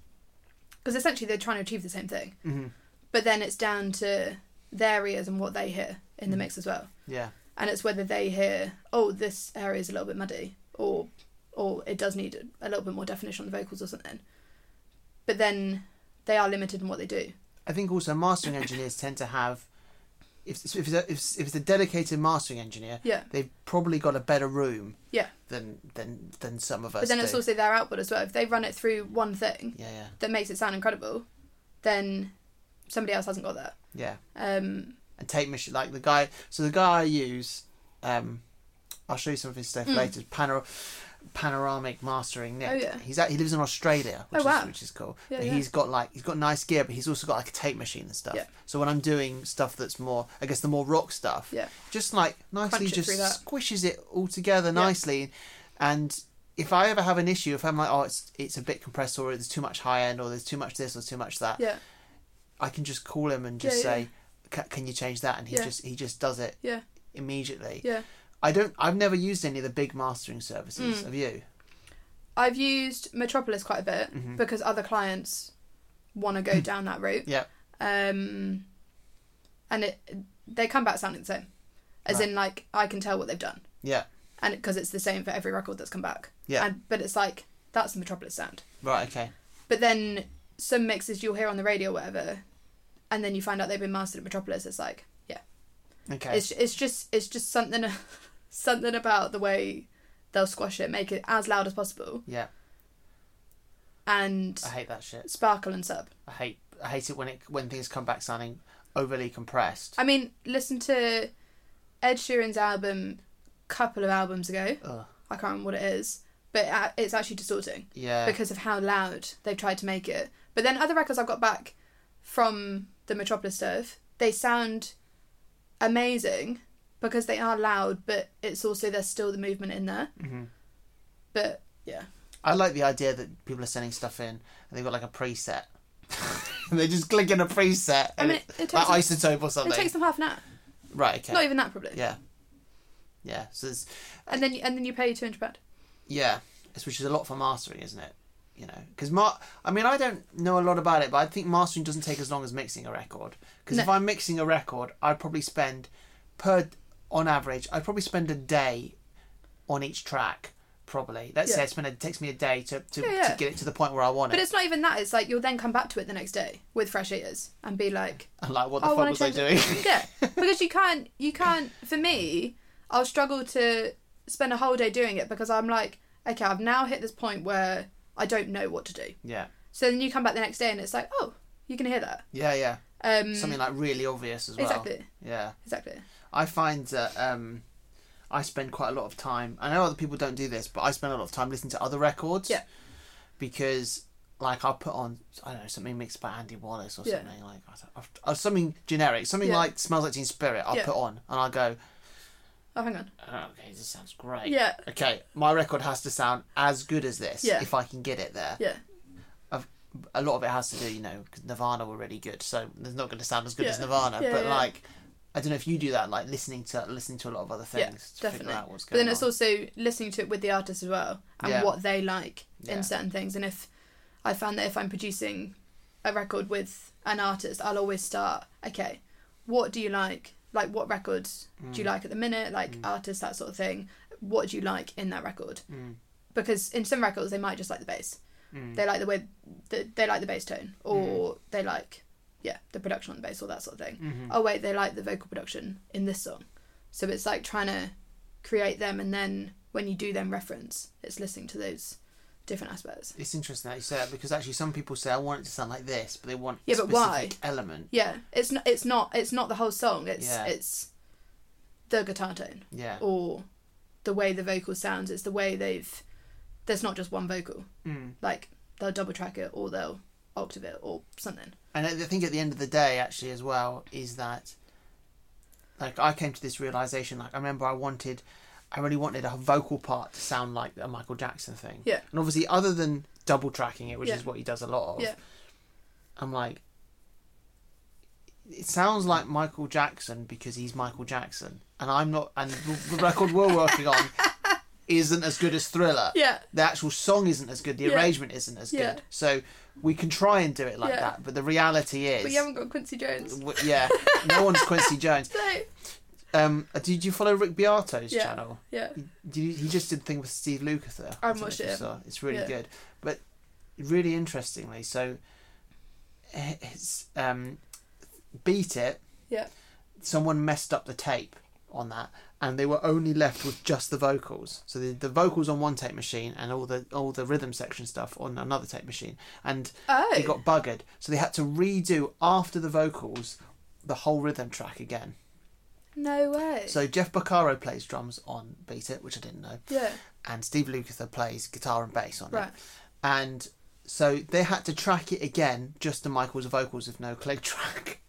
S2: because essentially they're trying to achieve the same thing
S1: Mhm.
S2: but then it's down to their ears and what they hear in the mix as well
S1: yeah,
S2: and it's whether they hear, oh, this area is a little bit muddy, or or it does need a little bit more definition on the vocals or something. But then they are limited in what they do.
S1: I think also mastering engineers tend to have if it's- if it's a, if, it's- if it's a dedicated mastering engineer,
S2: Yeah,
S1: they've probably got a better room
S2: yeah.
S1: than than than some of us.
S2: But then
S1: do.
S2: it's also their output as well. If they run it through one thing
S1: yeah, yeah,
S2: that makes it sound incredible, then somebody else hasn't got that.
S1: yeah.
S2: Um,
S1: And tape machine like the guy. So the guy I use, um, I'll show you some of his stuff later. Panor- panoramic mastering. Nick.
S2: Hmm. Oh, yeah.
S1: He's at, he lives in Australia, which
S2: Oh, wow.
S1: is which is cool.
S2: Yeah,
S1: but
S2: yeah.
S1: he's got like he's got nice gear, but he's also got like a tape machine and stuff.
S2: Yeah.
S1: So when I'm doing stuff that's more, I guess the more rock stuff,
S2: Yeah.
S1: just like nicely
S2: Crunch it
S1: just
S2: through that.
S1: squishes it all together nicely, and. If I ever have an issue, if I'm like, oh, it's it's a bit compressed, or there's too much high end, or there's too much this, or too much that,
S2: yeah,
S1: I can just call him and just
S2: Yeah,
S1: say,
S2: yeah.
S1: "Ca- can you change that? And he
S2: Yeah.
S1: just he just does it
S2: Yeah.
S1: immediately.
S2: Yeah.
S1: I don't. I've never used any of the big mastering services.
S2: Mm.
S1: Have you?
S2: I've used Metropolis quite a bit
S1: Mhm.
S2: because other clients want to
S1: Hmm.
S2: go down that route.
S1: Yep.
S2: Um, and it they come back sounding the same, as
S1: Right.
S2: in like I can tell what they've done,
S1: Yeah.
S2: and because it's the same for every record that's come back.
S1: Yeah.
S2: And but it's like that's the Metropolis sound.
S1: Right. Okay.
S2: But then some mixes you'll hear on the radio, or whatever, and then you find out they've been mastered at Metropolis. It's like
S1: Okay.
S2: it's it's just it's just something something about the way they'll squash it, make it as loud as possible,
S1: yeah.
S2: and
S1: I hate that shit.
S2: sparkle and sub.
S1: I hate. I hate it when it when things come back sounding overly compressed.
S2: I mean, listen to Ed Sheeran's album couple of albums ago.
S1: Ugh.
S2: I can't remember what it is, but uh, it's actually distorting
S1: Yeah.
S2: because of how loud they've tried to make it. But then other records I've got back from the Metropolis stuff, they sound amazing because they are loud, but it's also there's still the movement in there.
S1: Mhm.
S2: But yeah,
S1: I like the idea that people are sending stuff in and they've got like a preset. and they just click in a preset.
S2: I
S1: and
S2: mean,
S1: it-
S2: it takes
S1: like
S2: them-
S1: isotope or something.
S2: it takes them half an hour,
S1: Right. Okay.
S2: not even that probably.
S1: Yeah. Yeah. So it's
S2: And then you- and then you pay two hundred pound.
S1: yeah, it's, which is a lot for mastering, isn't it? You know, because mar- I mean, I don't know a lot about it, but I think mastering doesn't take as long as mixing a record. Because
S2: No.
S1: if I'm mixing a record, I'd probably spend per on average, I'd probably spend a day on each track. Probably, let's say
S2: Yeah.
S1: it, spend, it takes me a day to, to,
S2: Yeah, yeah.
S1: to get it to the point where I want
S2: But
S1: it.
S2: it's not even that. It's like you'll then come back to it the next day with fresh ears and be like,
S1: And like, what the
S2: I
S1: fuck
S2: wanna
S1: was I doing?
S2: change yeah, because you can't. You can't. For me, I'll struggle to spend a whole day doing it because I'm like, okay, I've now hit this point where I don't know what to do.
S1: yeah,
S2: So then you come back the next day and it's like, oh, you can hear that.
S1: yeah, yeah.
S2: Um,
S1: Something like really obvious as well.
S2: Exactly.
S1: Yeah.
S2: Exactly.
S1: I find that um, I spend quite a lot of time. I know other people don't do this, but I spend a lot of time listening to other records.
S2: Yeah.
S1: Because, like, I'll put on I don't know something mixed by Andy Wallace or
S2: Yeah.
S1: something like I don't- or something generic, something
S2: Yeah.
S1: like "Smells Like Teen Spirit." I'll
S2: Yeah.
S1: put on and I'll go.
S2: Oh, hang on.
S1: Oh, okay, this sounds great.
S2: Yeah.
S1: Okay, my record has to sound as good as this
S2: Yeah.
S1: if I can get it there.
S2: Yeah.
S1: A lot of it has to do, you know, 'cause Nirvana were really good, so it's not going to sound as good as
S2: Yeah.
S1: Nirvana.
S2: Yeah,
S1: but
S2: yeah.
S1: like, I don't know if you do that, like listening to listening to a lot of other
S2: Yeah,
S1: things to
S2: definitely.
S1: figure out what's
S2: But
S1: going
S2: then it's
S1: on.
S2: also listening to it with the artist as well and
S1: Yeah.
S2: what they like
S1: Yeah.
S2: in certain things. And if I found that if I'm producing a record with an artist, I'll always start, okay, what do you like? Like, what records do
S1: Mm.
S2: you like at the minute? Like, artists, that sort of thing. What do you like in that record?
S1: Mm.
S2: Because in some records, they might just like the bass.
S1: Mm.
S2: They like the way that they like the bass tone, or they like, yeah, the production on the bass, or that sort of thing.
S1: Mhm.
S2: Oh, wait, they like the vocal production in this song. So it's like trying to create them and then when you do them reference it's listening to those different aspects
S1: It's interesting that you say that because actually some people say I want it to sound like this, but they want
S2: Yeah,
S1: a
S2: but
S1: specific
S2: why?
S1: element.
S2: yeah it's not it's not it's not the whole song it's
S1: Yeah.
S2: it's the guitar tone
S1: Yeah.
S2: or the way the vocal sounds it's the way they've there's not just one vocal
S1: Mm.
S2: like they'll double track it or they'll octave it or something
S1: And I I think at the end of the day, actually, as well, is that like I came to this realization. Like I remember I wanted, I really wanted a vocal part to sound like a Michael Jackson thing.
S2: Yeah.
S1: And obviously, other than double tracking it, which
S2: Yeah.
S1: is what he does a lot of,
S2: Yeah.
S1: I'm like, it sounds like Michael Jackson because he's Michael Jackson, and I'm not. And the the record we're working on isn't as good as Thriller
S2: yeah
S1: the actual song isn't as good, the
S2: Yeah.
S1: arrangement isn't as
S2: Yeah.
S1: good. So we can try and do it like
S2: Yeah.
S1: that, but the reality is,
S2: but you haven't got quincy jones
S1: w- yeah, no one's Quincy Jones.
S2: so
S1: Um, did you follow Rick Beato's
S2: Yeah.
S1: channel?
S2: yeah
S1: Did you, he just did a thing with Steve Lukather.
S2: I
S1: don't know
S2: watched
S1: if you
S2: it.
S1: saw. It's really
S2: Yeah.
S1: good, but really interestingly, so it's um, beat it.
S2: Yeah.
S1: Someone messed up the tape on that, and they were only left with just the vocals. So the, the vocals on one tape machine, and all the all the rhythm section stuff on another tape machine, and
S2: oh
S1: it got buggered. So they had to redo after the vocals the whole rhythm track again.
S2: no way
S1: So Jeff Beccaro plays drums on Beat It, which I didn't know
S2: yeah
S1: and Steve Lukather plays guitar and bass on
S2: right
S1: it. And so they had to track it again just to Michael's vocals with no click track.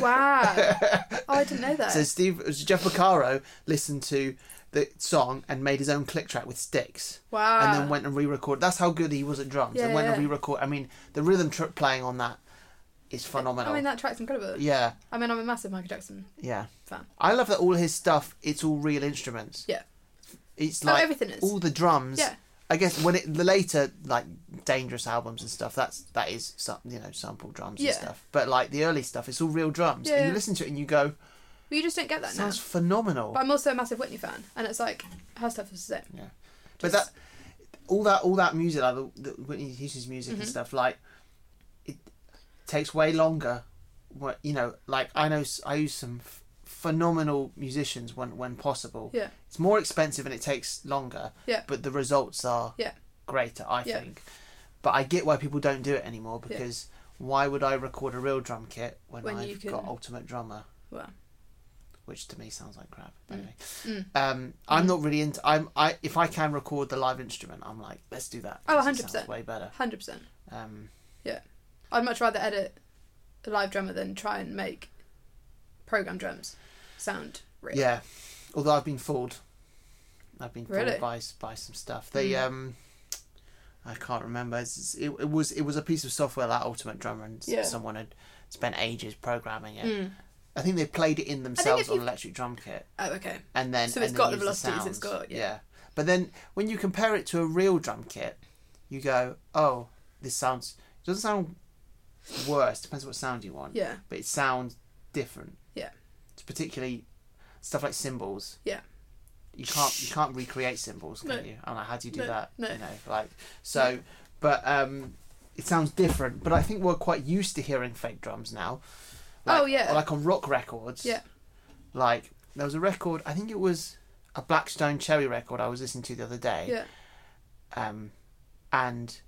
S2: wow oh i didn't know that
S1: So Steve Jeff Beccaro listened to the song and made his own click track with sticks
S2: wow
S1: and then went and re-recorded. That's how good he was at drums.
S2: Ah. Yeah,
S1: and went and
S2: yeah.
S1: re-record. I mean, the rhythm tr- playing on that is phenomenal.
S2: I mean, that track's incredible.
S1: yeah,
S2: I mean, I'm a massive Michael Jackson
S1: yeah.
S2: fan.
S1: I love that all his stuff. It's all real instruments.
S2: Yeah.
S1: It's
S2: oh,
S1: like
S2: everything is.
S1: all the drums.
S2: Yeah.
S1: I guess when it the later like dangerous albums and stuff, that's that is some you know sample drums
S2: Yeah.
S1: and stuff. But like the early stuff, it's all real drums.
S2: Yeah,
S1: And you
S2: yeah.
S1: listen to it and you go,
S2: Well, you just don't get that now.
S1: sounds phenomenal.
S2: But I'm also a massive Whitney fan, and it's like her stuff is the same.
S1: Yeah.
S2: Just-
S1: But that all that all that music, like the, the Whitney Houston's music
S2: Mm-hmm.
S1: and stuff, like it takes way longer. What you know, like I know s- I use some f- phenomenal musicians when when possible.
S2: Yeah.
S1: It's more expensive and it takes longer.
S2: Yeah.
S1: But the results are
S2: Yeah.
S1: greater, I
S2: Yeah.
S1: think. But I get why people don't do it anymore
S2: Yeah.
S1: because why would I record a real drum kit when,
S2: When you
S1: I've
S2: can-
S1: got Ultimate Drummer?
S2: Well.
S1: Which to me sounds like crap. but
S2: Mm.
S1: Anyway.
S2: Mm.
S1: Um, I'm not really into. I'm. I if I can record the live instrument, I'm like, let's do that.
S2: Oh,
S1: 'cause it
S2: 100%.
S1: sounds Way better.
S2: Hundred percent.
S1: Um,
S2: I'd much rather edit a live drummer than try and make program drums sound real.
S1: yeah. Although I've been fooled. I've been fooled
S2: Really?
S1: by s- by some stuff. They
S2: Mm.
S1: um. I can't remember. It's- it's- It, it was it was a piece of software like Ultimate Drummer, and s-
S2: Yeah.
S1: someone had spent ages programming it.
S2: Mm.
S1: I think they played it in themselves
S2: if
S1: on
S2: you-
S1: electric drum kit,
S2: Oh, okay.
S1: and then
S2: So
S1: and
S2: it's
S1: then
S2: got the
S1: used
S2: velocities it's
S1: sounds.
S2: got, yeah.
S1: But then when you compare it to a real drum kit, you go, oh, this sounds it doesn't sound worse. Depends what sound you want,
S2: Yeah.
S1: but it sounds different.
S2: Yeah.
S1: It's particularly stuff like cymbals.
S2: Yeah.
S1: You can't you can't recreate cymbals, can
S2: No.
S1: you? I'm like, how do you do
S2: No,
S1: that?
S2: no.
S1: You know, like so, but um, it sounds different. But I think we're quite used to hearing fake drums now. Like-
S2: Oh, yeah.
S1: Like on rock records.
S2: Yeah.
S1: Like there was a record. I think it was a Blackstone Cherry record I was listening to the other day.
S2: Yeah.
S1: Um, and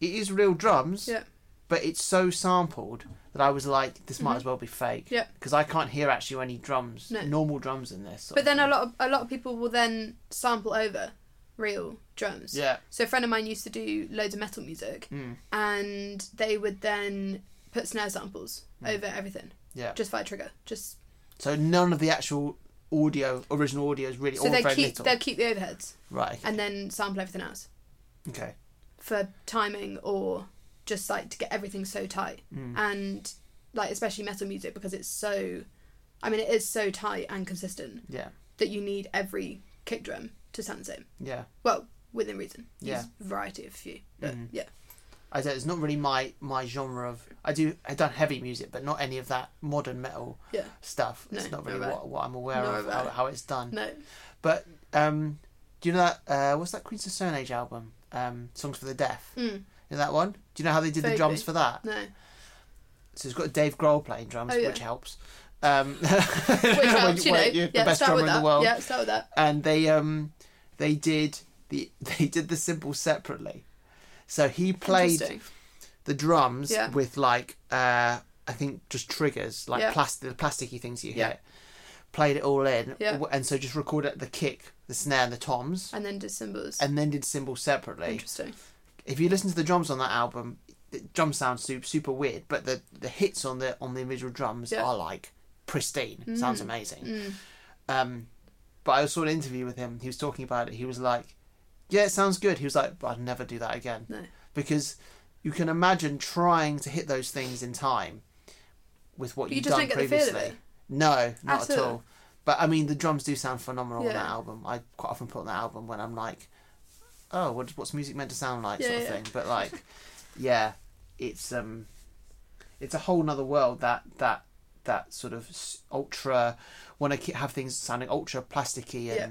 S1: it is real drums.
S2: Yeah.
S1: But it's so sampled that I was like, this might as well be fake.
S2: Mm-hmm. Yeah.
S1: Because I can't hear actually any drums,
S2: No.
S1: normal drums in this. sort
S2: But
S1: of
S2: then a
S1: thing.
S2: lot of a lot of people will then sample over real drums.
S1: Yeah.
S2: So a friend of mine used to do loads of metal music,
S1: Mm.
S2: and they would then put snare samples over everything,
S1: Hmm. Yeah.
S2: just via trigger, just
S1: So none of the actual audio, original audio is really
S2: so
S1: all
S2: they
S1: very
S2: keep
S1: little.
S2: they'll keep the overheads
S1: Right.
S2: and then sample everything else
S1: okay.
S2: for timing or just like to get everything so tight
S1: Mm.
S2: and like especially metal music because it's so, I mean it is so tight and consistent
S1: Yeah.
S2: that you need every kick drum to sound the same.
S1: Yeah.
S2: Well, within reason.
S1: Yeah.
S2: Use variety of few. But
S1: Mhm.
S2: yeah.
S1: I don't, it's not really my my genre of. I do I've done heavy music, but not any of that modern metal
S2: Yeah.
S1: stuff.
S2: No,
S1: it's not
S2: not
S1: really
S2: right.
S1: what, what I'm aware
S2: Not
S1: of
S2: right.
S1: how, how it's done.
S2: No.
S1: But um, do you know that uh, what's that Queen's of Stone Age album? Um, Songs for the Deaf.
S2: Mm.
S1: You know that one? Do you know how they did the
S2: Vaguely.
S1: drums for that?
S2: No.
S1: So it's got Dave Grohl playing drums,
S2: Oh, yeah.
S1: which helps. Um,
S2: Which helps, you know.
S1: you're
S2: yeah,
S1: the best
S2: start
S1: drummer
S2: with
S1: in
S2: that.
S1: the world.
S2: Yeah, start with that.
S1: and they um they did the they did the cymbals separately. So he played
S2: Interesting.
S1: the drums
S2: Yeah.
S1: with like uh I think just triggers like
S2: Yeah.
S1: plastic the plasticky things you
S2: Yeah.
S1: hit. Played it all in,
S2: Yeah.
S1: w- and so just recorded the kick, the snare, and the toms,
S2: And then just symbols.
S1: and then did cymbals separately.
S2: Interesting.
S1: If you listen to the drums on that album, the drum sounds super, super weird, but the the hits on the on the individual drums
S2: Yeah.
S1: are like pristine. Sounds
S2: Mm.
S1: amazing.
S2: Mm.
S1: Um, but I saw an interview with him. He was talking about it. He was like, "Yeah, it sounds good." He was like, "But I'd never do that again."
S2: No.
S1: Because you can imagine trying to hit those things in time with what
S2: But you
S1: you've
S2: just
S1: done
S2: don't get the
S1: previously.
S2: feel of it.
S1: No, not
S2: At
S1: at
S2: all.
S1: all. But I mean, the drums do sound phenomenal on
S2: Yeah.
S1: that album. I quite often put on that album when I'm like, "Oh, what, what's music meant to sound like?"
S2: Yeah,
S1: sort of
S2: yeah.
S1: thing. But like, yeah, it's um, it's a whole nother world that that that sort of s- ultra want to have things sounding ultra plasticky and
S2: Yeah.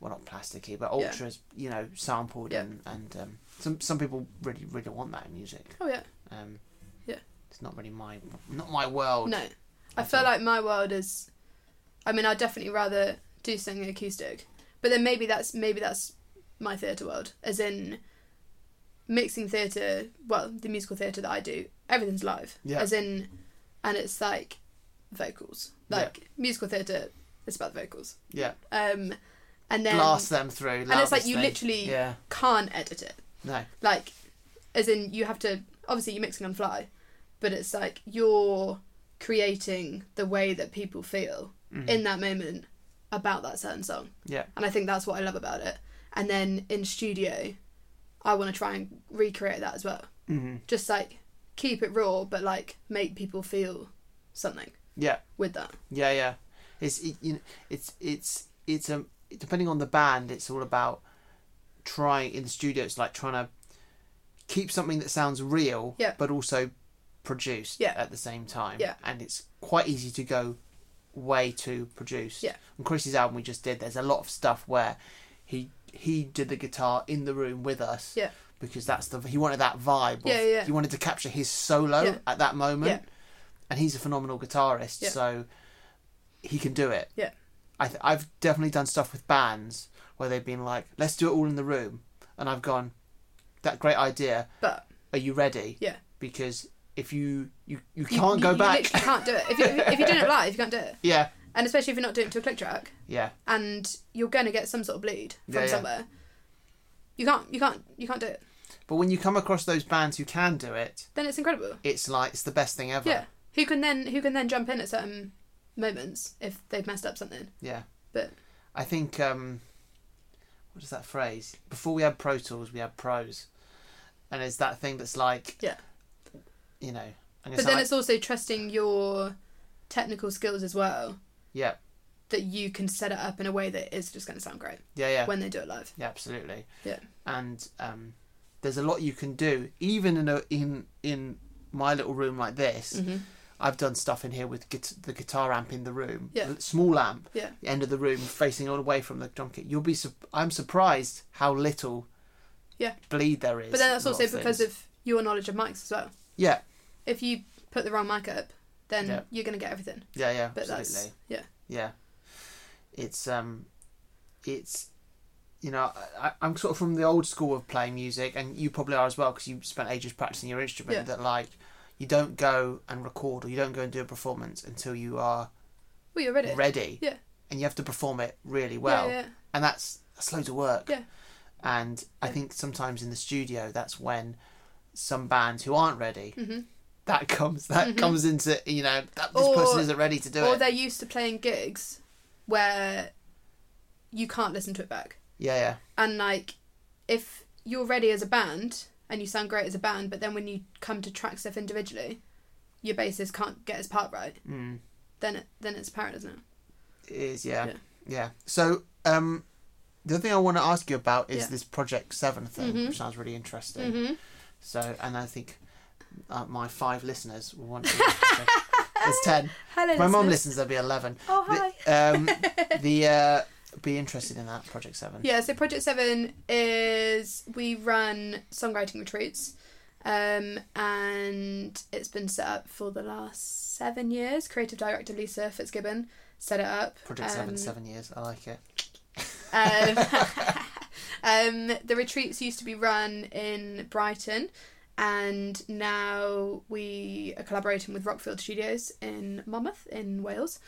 S1: well not plasticky but
S2: Yeah.
S1: ultra you know sampled
S2: Yeah.
S1: and and um, some some people really really want that in music
S2: Oh yeah.
S1: um
S2: Yeah.
S1: it's not really my not my world
S2: No. I
S1: That's
S2: feel
S1: all.
S2: like my world is I mean, I'd definitely rather do something acoustic. But then maybe that's maybe that's my theatre world. As in mixing theatre well, the musical theatre that I do, everything's live.
S1: Yeah.
S2: As in and it's like vocals.
S1: Yeah.
S2: Like musical theatre it's about the vocals.
S1: yeah
S2: Um and then
S1: blast them through
S2: and it's like
S1: loudest
S2: you
S1: thing.
S2: literally
S1: yeah
S2: can't edit it.
S1: no
S2: Like, as in you have to obviously you're mixing on the fly, but it's like you're creating the way that people feel
S1: Mhm.
S2: in that moment about that certain song,
S1: yeah
S2: and I think that's what I love about it. And then in studio, I want to try and recreate that as well.
S1: mm-hmm.
S2: Just like keep it raw, but like make people feel something
S1: Yeah,
S2: with that.
S1: yeah, yeah. It's it, you know, it's it's it's um depending on the band, it's all about trying in the studio. It's like trying to keep something that sounds real,
S2: Yeah.
S1: but also produced
S2: Yeah.
S1: at the same time.
S2: Yeah.
S1: and it's quite easy to go way too produced.
S2: Yeah.
S1: and Chris's album we just did. There's a lot of stuff where he he did the guitar in the room with us.
S2: Yeah.
S1: Because that's the he wanted that vibe. of-
S2: Yeah, yeah.
S1: He wanted to capture his solo
S2: Yeah.
S1: at that moment
S2: Yeah.
S1: and he's a phenomenal guitarist,
S2: Yeah.
S1: so he can do it.
S2: Yeah.
S1: I th- I've definitely done stuff with bands where they've been like, "Let's do it all in the room," and I've gone, "That great idea.
S2: But
S1: Are you ready?"
S2: Yeah.
S1: Because if you you you
S2: you-
S1: can't
S2: you-
S1: go
S2: you
S1: back.
S2: literally can't do it if you if you're doing it live. You can't do it,
S1: yeah,
S2: and especially if you're not doing it to a click track,
S1: yeah,
S2: and you're gonna get some sort of bleed from
S1: Yeah, yeah.
S2: somewhere. You can't you can't you can't do it.
S1: but when you come across those bands who can do it,
S2: Then it's incredible.
S1: it's like it's the best thing ever.
S2: Yeah. Who can then who can then jump in at certain moments if they've messed up something?
S1: Yeah.
S2: But-
S1: I think um what is that phrase? Before we had Pro Tools, we had pros. And it's that thing that's like
S2: Yeah.
S1: You know, and
S2: but then it's also trusting your technical skills as well
S1: yeah,
S2: that you can set it up in a way that is just going to sound great
S1: yeah, yeah.
S2: when they do it live.
S1: Yeah, absolutely.
S2: Yeah.
S1: And um, there's a lot you can do, even in a in in my little room like this.
S2: Mm.
S1: I've done stuff in here with git- the guitar amp in the room,
S2: Yeah.
S1: a small amp,
S2: Yeah.
S1: the end of the room, facing all away from the drum kit. You'll be, su- I'm surprised how little,
S2: Yeah.
S1: bleed there is.
S2: But then that's
S1: in a lot
S2: also because
S1: things.
S2: of your knowledge of mics as well.
S1: yeah,
S2: If you put the wrong mic up, then
S1: Yeah.
S2: you're going to get everything.
S1: yeah, yeah,
S2: But
S1: absolutely.
S2: that's yeah,
S1: Yeah, it's um, it's you know I, I'm sort of from the old school of playing music, and you probably are as well because you spent ages practicing your instrument.
S2: Yeah.
S1: That like you don't go and record or you don't go and do a performance until you are
S2: well you're ready.
S1: ready,
S2: Yeah.
S1: and you have to perform it really well,
S2: yeah, yeah,
S1: and that's that's loads of work.
S2: Yeah.
S1: and I
S2: Yeah.
S1: think sometimes in the studio that's when some bands who aren't ready.
S2: Mhm.
S1: That comes that comes into you know that this
S2: Mm-hmm. Or-
S1: person isn't ready to do
S2: or
S1: it.
S2: they're used to playing gigs where you can't listen to it back.
S1: Yeah, yeah,
S2: And like, if you're ready as a band and you sound great as a band, but then when you come to track stuff individually, your bassist can't get his part right.
S1: mm.
S2: Then it then it's apparent, isn't it?
S1: It is yeah. yeah
S2: Yeah.
S1: so um the other thing i want to ask you about is
S2: Yeah.
S1: this project 7 thing
S2: Mhm.
S1: which sounds really interesting
S2: Mm-hmm.
S1: so and i think uh, my five listeners will want to so there's 10
S2: Hello,
S1: my mum listens
S2: listeners.
S1: there'll be 11
S2: Oh hi.
S1: the, um the uh be interested in that project 7
S2: Yeah, so Project Seven is we run songwriting retreats, um, and it's been set up for the last seven years. Creative director Lisa Fitzgibbon set it up.
S1: project 7
S2: um,
S1: 7 years i like it
S2: Um, um, the retreats used to be run in Brighton, and now we are collaborating with Rockfield Studios in Monmouth, in Wales,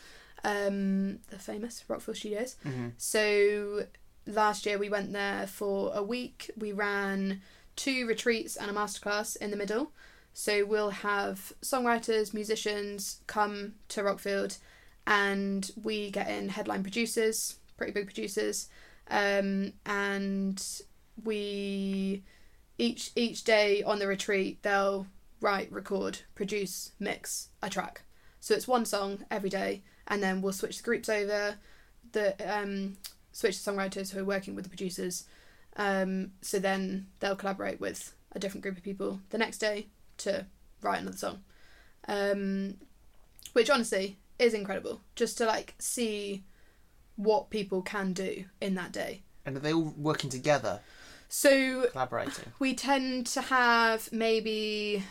S2: um, the famous Rockfield Studios.
S1: hmm
S2: So last year we went there for a week. We ran two retreats and a masterclass in the middle. So we'll have songwriters, musicians come to Rockfield and we get in headline producers, pretty big producers, um, and we each each day on the retreat they'll write, record, produce, mix a track. So it's one song every day, and then we'll switch the groups over, the um, switch the songwriters who are working with the producers. Um, so then they'll collaborate with a different group of people the next day to write another song, um, which honestly is incredible. Just to like see what people can do in that day.
S1: and are they all working together
S2: So
S1: collaborating
S2: we tend to have maybe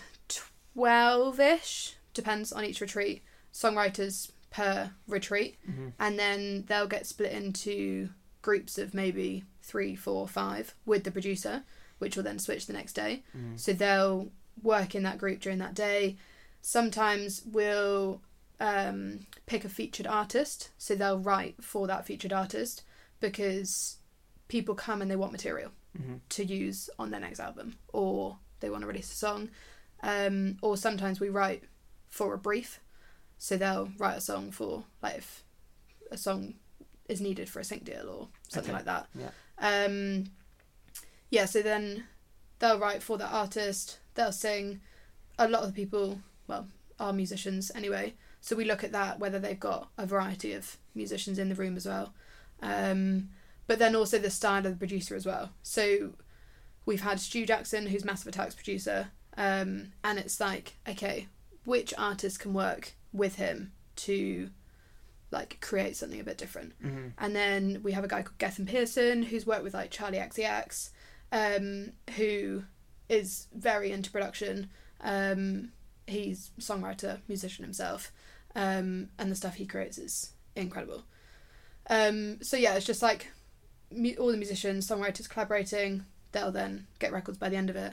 S2: 12 ish, depends on each retreat, songwriters per retreat.
S1: Mhm.
S2: And then they'll get split into groups of maybe three, four, five with the producer, which will then switch the next day.
S1: mm.
S2: So they'll work in that group during that day. Sometimes we'll um, pick a featured artist, so they'll write for that featured artist because people come and they want material
S1: Mhm.
S2: to use on their next album or they want to release a song. Um, or sometimes we write for a brief, so they'll write a song for like if a song is needed for a sync deal or something
S1: Okay.
S2: like that.
S1: Yeah.
S2: Um, yeah. So then they'll write for the artist, they'll sing, a lot of the people, well, are musicians anyway. So we look at that whether they've got a variety of musicians in the room as well, um, but then also the style of the producer as well. So we've had Stu Jackson, who's Massive Attack's producer, um, and it's like okay, which artists can work with him to like create something a bit different.
S1: hmm
S2: And then we have a guy called Gethin Pearson who's worked with like Charlie XCX, um, who is very into production. Um, he's songwriter, musician himself, um, and the stuff he creates is incredible. Um, so yeah, it's just like mu- all the musicians, songwriters collaborating. They'll then get records by the end of it.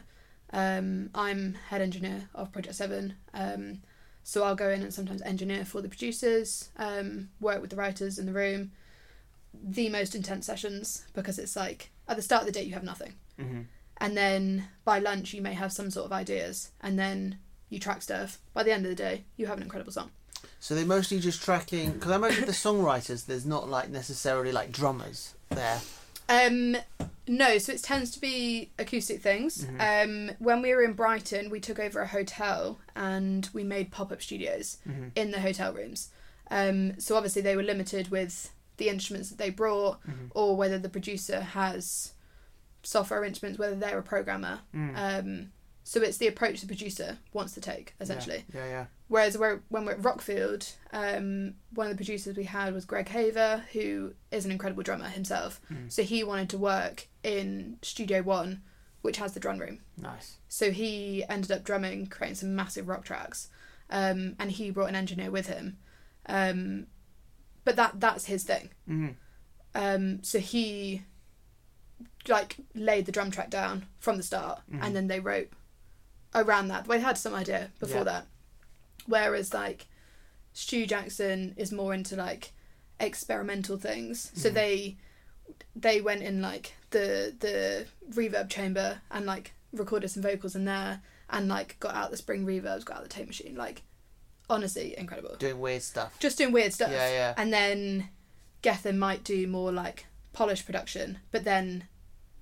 S2: Um, I'm head engineer of Project Seven, um, so I'll go in and sometimes engineer for the producers, um, work with the writers in the room, the most intense sessions because it's like at the start of the day you have nothing
S1: hmm
S2: and then by lunch you may have some sort of ideas and then you track stuff by the end of the day you have an incredible song
S1: So they're mostly just tracking. Because I imagine the songwriters, there's not like necessarily like drummers there.
S2: um no so it tends to be acoustic things um when we were in brighton we took over a hotel and we made pop-up studios
S1: Mhm.
S2: in the hotel rooms um so obviously they were limited with the instruments that they brought
S1: Mhm.
S2: or whether the producer has software instruments whether they're a programmer
S1: Mm.
S2: Um, so it's the approach the producer wants to take, essentially.
S1: Yeah, yeah.
S2: Whereas where, when we're at Rockfield, um, one of the producers we had was Greg Haver, who is an incredible drummer himself.
S1: Mm.
S2: So he wanted to work in Studio One, which has the drum room.
S1: Nice.
S2: So he ended up drumming, creating some massive rock tracks, um, and he brought an engineer with him. Um, but that that's his thing.
S1: Mm.
S2: Um, so he like laid the drum track down from the start,
S1: Mhm.
S2: and then they wrote around that. They had some idea before
S1: Yeah.
S2: that. Whereas like Stu Jackson is more into like experimental things, so
S1: Mhm.
S2: they they went in like the the reverb chamber and like recorded some vocals in there, and like got out the spring reverbs, got out the tape machine. Like honestly, incredible
S1: Doing weird stuff.
S2: just doing weird stuff.
S1: Yeah, yeah.
S2: And then Gethin might do more like polished production, but then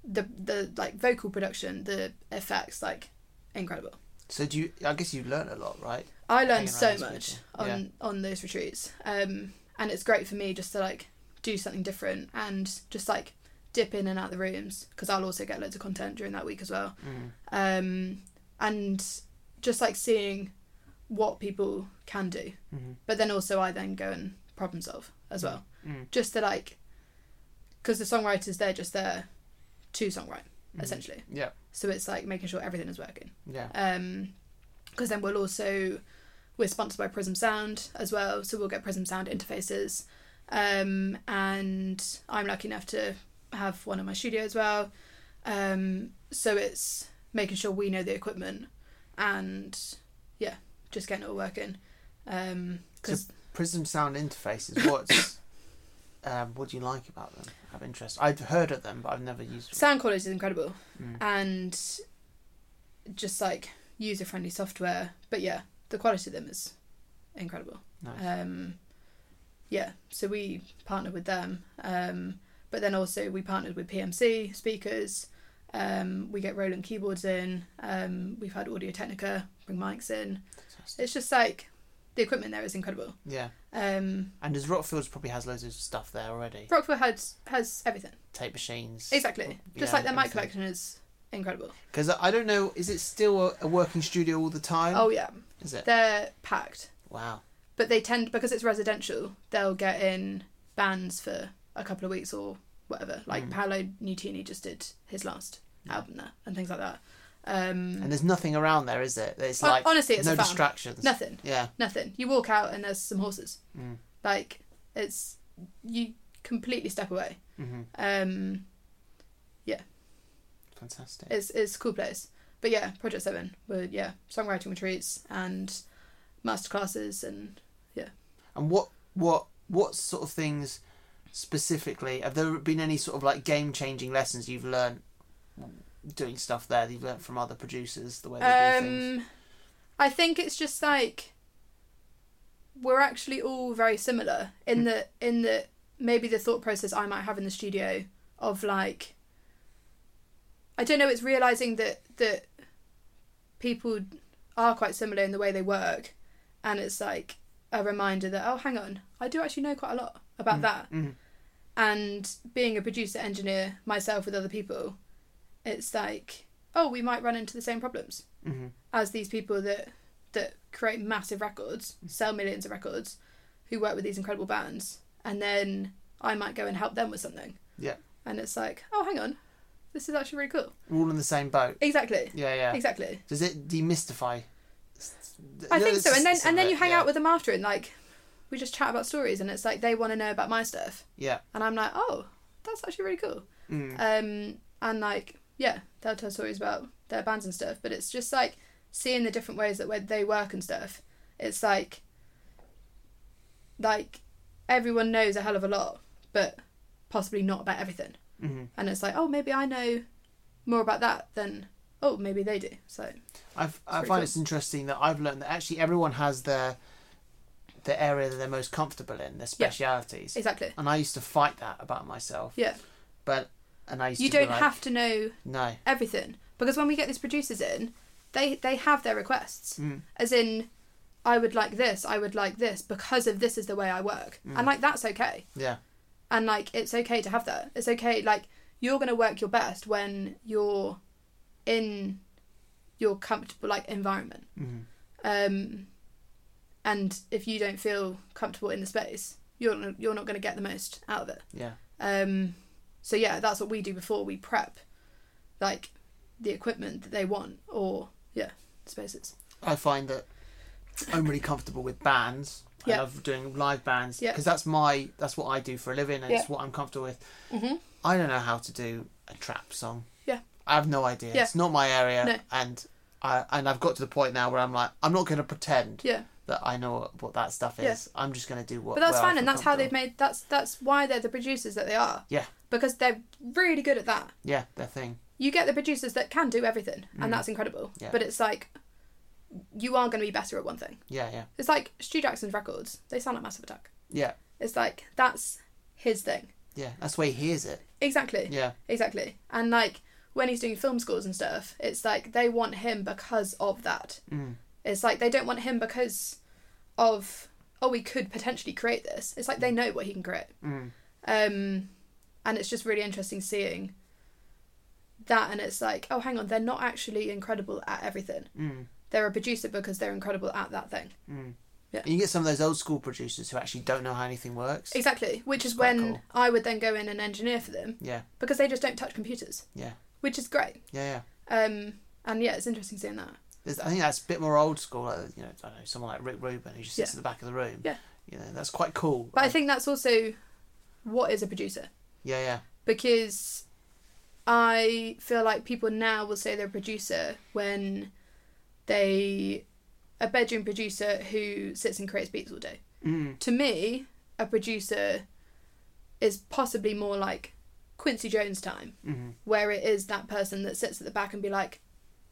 S2: the the like vocal production, the effects like incredible.
S1: So do you? I guess you learn a lot, right?
S2: I
S1: Hanging
S2: learned so
S1: around these
S2: much
S1: people.
S2: on on those retreats, um, and it's great for me just to like do something different and just like dip in and out the rooms because I'll also get loads of content during that week as well
S1: Mm.
S2: um, and just like seeing what people can do.
S1: Mhm.
S2: But then also, I then go and problem solve as well,
S1: Mm.
S2: just to like, because the songwriters they're just there to songwrite
S1: Mhm.
S2: essentially.
S1: Yeah.
S2: So it's like making sure everything is working.
S1: Mm-hmm. Yeah.
S2: Um, because then we'll also we're sponsored by Prism Sound as well, so we'll get Prism Sound interfaces. Um, and I'm lucky enough to have one in my studio as well. Um, so it's making sure we know the equipment and yeah, just getting it all working. Um, because
S1: Prism Sound interfaces. What's um, what do you like about them? I have interest. I've heard of them, but I've never used
S2: sound quality is incredible
S1: them. Mm.
S2: uh, and just like user friendly software, but yeah, the quality of them is incredible.
S1: Nice.
S2: um, yeah, so we partnered with them, um, but then also we partnered with PMC speakers. Um, we get Roland keyboards in. Um, we've had Audio Technica bring mics in.
S1: Fantastic.
S2: It's just like the equipment there is incredible.
S1: Yeah.
S2: Um,
S1: And does Rockfields probably has loads of stuff there already?
S2: Rockville has has everything
S1: Tape machines.
S2: exactly. Just like their mic collection is incredible.
S1: Because I don't know. Is it still a, a working studio all the time?
S2: Oh yeah,
S1: Is it?
S2: they're packed,
S1: Wow.
S2: but they tend because it's residential. They'll get in bands for a couple of weeks or whatever. Like
S1: Mm.
S2: Paolo Nutini just did his last
S1: Yeah.
S2: album there and things like that. Um,
S1: And there's nothing around there, is it? It's
S2: hon-
S1: like
S2: honestly, it's
S1: no
S2: a farm.
S1: distractions.
S2: Nothing,
S1: Yeah.
S2: nothing. You walk out and there's some horses.
S1: Mm.
S2: Like it's you completely step away.
S1: hmm
S2: Um,
S1: Fantastic.
S2: it's it's a cool place. But yeah, Project Seven were yeah songwriting retreats and masterclasses and
S1: And what what what sort of things specifically have there been any sort of like game changing lessons you've learned doing stuff there that you've learned from other producers the way they do things?
S2: Um, I think it's just like we're actually all very similar in
S1: Hmm.
S2: the in the maybe the thought process I might have in the studio of like I don't know. It's realizing that that people are quite similar in the way they work, and it's like a reminder that oh, hang on, I do actually know quite a lot about that.
S1: mhm.
S2: And being a producer engineer myself with other people, it's like oh, we might run into the same problems
S1: Mhm.
S2: as these people that that create massive records,
S1: Mm.
S2: sell millions of records, who work with these incredible bands, and then I might go and help them with something.
S1: Yeah.
S2: And it's like, oh, hang on, this is actually really cool.
S1: We're all in the same boat.
S2: Exactly.
S1: Yeah, yeah.
S2: Exactly.
S1: Does it demystify?
S2: I think so. And then and then you hang
S1: yeah.
S2: out with them after, and like, we just chat about stories, and it's like they want to know about my stuff,
S1: Yeah.
S2: and I'm like, oh, that's actually really cool.
S1: Mm.
S2: Um, and like, yeah, they'll tell stories about their bands and stuff, but it's just like seeing the different ways that where they work and stuff. It's like, like everyone knows a hell of a lot, but possibly not about everything.
S1: hmm
S2: And it's like, oh, maybe I know more about that than oh, maybe they do. So
S1: I've, I
S2: pretty
S1: find
S2: cool.
S1: it's interesting that I've learned that actually everyone has their the area that they're most comfortable in, their specialities.
S2: exactly,
S1: And I used to fight that about myself.
S2: yeah.
S1: But and I used
S2: You
S1: to be
S2: don't
S1: like,
S2: have to know
S1: no.
S2: everything because when we get these producers in they they have their requests
S1: Mm.
S2: as in i would like this i would like this because of this is the way i work and like that's okay
S1: Yeah.
S2: and like it's okay to have that it's okay like you're going to work your best when you're in your comfortable like environment
S1: Mhm.
S2: um and if you don't feel comfortable in the space you're not- you're not going to get the most out of it
S1: Yeah.
S2: um, so yeah, that's what we do before we prep, like the equipment that they want or yeah, spaces.
S1: I find that I'm really comfortable with bands. I
S2: Yeah.
S1: love doing live bands
S2: Yeah.
S1: because that's my that's what I do for a living and it's
S2: Yeah.
S1: what I'm comfortable with.
S2: Mm-hmm.
S1: I don't know how to do a trap song.
S2: Yeah.
S1: I have no idea.
S2: Yeah.
S1: It's not my area
S2: No.
S1: and I and I've got to the point now where I'm like I'm not going to pretend
S2: Yeah,
S1: that I know what, what that stuff is.
S2: Yeah.
S1: I'm just going to do what
S2: but that's
S1: where I
S2: fine,
S1: feel
S2: and that's how they've
S1: comfortable.
S2: made. That's that's why they're the producers that they are.
S1: Yeah.
S2: because they're really good at that.
S1: Yeah, their thing.
S2: You get the producers that can do everything,
S1: Mm.
S2: and that's incredible.
S1: Yeah.
S2: But it's like you are going to be better at one thing.
S1: Yeah, yeah.
S2: It's like Stu Jackson's records; they sound like Massive Attack.
S1: Yeah.
S2: It's like that's his thing.
S1: Yeah. That's the way he hears it.
S2: Exactly.
S1: Yeah.
S2: Exactly. And like when he's doing film scores and stuff, it's like they want him because of that.
S1: Mm.
S2: It's like they don't want him because of oh we could potentially create this. It's like they know what he can create.
S1: Mm.
S2: Um and it's just really interesting seeing that and it's like, oh hang on, they're not actually incredible at everything.
S1: Mm.
S2: They're a producer because they're incredible at that thing.
S1: Mm.
S2: Yeah.
S1: And you get some of those old school producers who actually don't know how anything works.
S2: Exactly. Which is
S1: It's quite
S2: when
S1: cool.
S2: I would then go in and engineer for them
S1: Yeah.
S2: because they just don't touch computers.
S1: Yeah.
S2: Which is great.
S1: Yeah, yeah.
S2: Um and yeah, it's interesting seeing that.
S1: There's, I think that's a bit more old school. Like, you know, I don't know someone like Rick Rubin who just sits in
S2: Yeah.
S1: the back of the room.
S2: Yeah.
S1: You know, that's quite cool.
S2: But I
S1: And-
S2: think that's also what is a producer
S1: Yeah, yeah.
S2: because I feel like people now will say they're a producer when they a bedroom producer who sits and creates beats all day.
S1: Mm.
S2: To me, a producer is possibly more like Quincy Jones time,
S1: Mm-hmm.
S2: where it is that person that sits at the back and be like,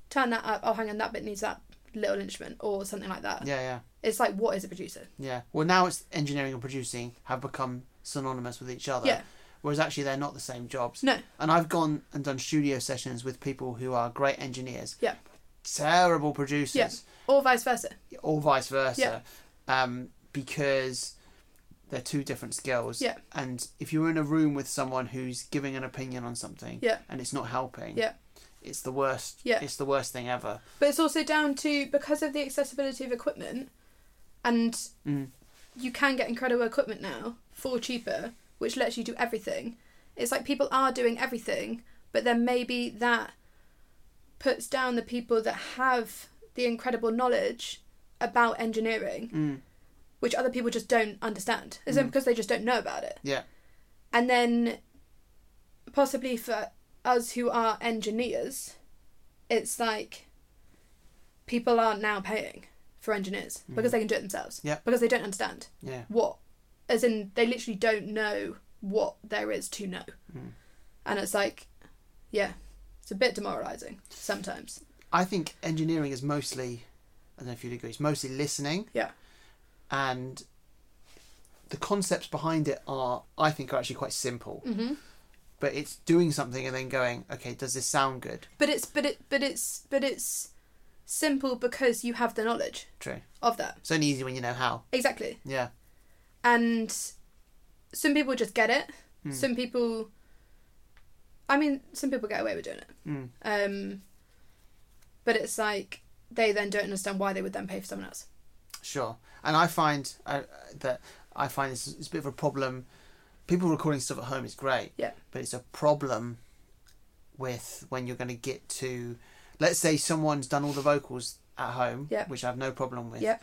S2: turn that up. Oh, hang on, that bit needs that little instrument or something like that.
S1: Yeah, yeah.
S2: It's like what is a producer?
S1: Yeah. Well, now it's engineering and producing have become synonymous with each other.
S2: Yeah.
S1: Whereas actually they're not the same jobs.
S2: No.
S1: And I've gone and done studio sessions with people who are great engineers.
S2: Yeah.
S1: Terrible producers,
S2: Or vice versa.
S1: or vice versa, um, because they're two different skills.
S2: Yeah.
S1: And if you're in a room with someone who's giving an opinion on something,
S2: Yeah.
S1: and it's not helping,
S2: Yeah.
S1: it's the worst.
S2: Yeah.
S1: It's the worst thing ever.
S2: But it's also down to because of the accessibility of equipment, and
S1: Mm.
S2: you can get incredible equipment now for cheaper, which lets you do everything. It's like people are doing everything, but then maybe that puts down the people that have the incredible knowledge about engineering,
S1: Mm.
S2: which other people just don't understand. Is it because they just don't know about it?
S1: Yeah.
S2: and then possibly for us who are engineers it's like people are now paying for engineers because they can do it themselves
S1: Mm. Yeah.
S2: because they don't understand
S1: Yeah.
S2: what as in they literally don't know what there is to know
S1: Hmm.
S2: and it's like yeah it's a bit demoralizing sometimes
S1: I think engineering is mostly, I don't know if you'd agree, it's mostly listening.
S2: Yeah.
S1: And the concepts behind it are, I think, are actually quite simple.
S2: Mhm.
S1: But it's doing something and then going, okay, does this sound good?
S2: but it's but it but it's but it's simple because you have the knowledge
S1: True.
S2: of that.
S1: It's only easy when you know how.
S2: Exactly.
S1: Yeah.
S2: And some people just get it.
S1: Hmm.
S2: Some people, I mean, some people get away with doing it.
S1: Mm.
S2: Um, but it's like they then don't understand why they would then pay for someone else.
S1: Sure. And I find uh, that I find it's, it's a bit of a problem. People recording stuff at home is great.
S2: Yeah.
S1: But it's a problem with when you're going to get to, let's say someone's done all the vocals at home,
S2: Yeah.
S1: which I have no problem with.
S2: Yeah.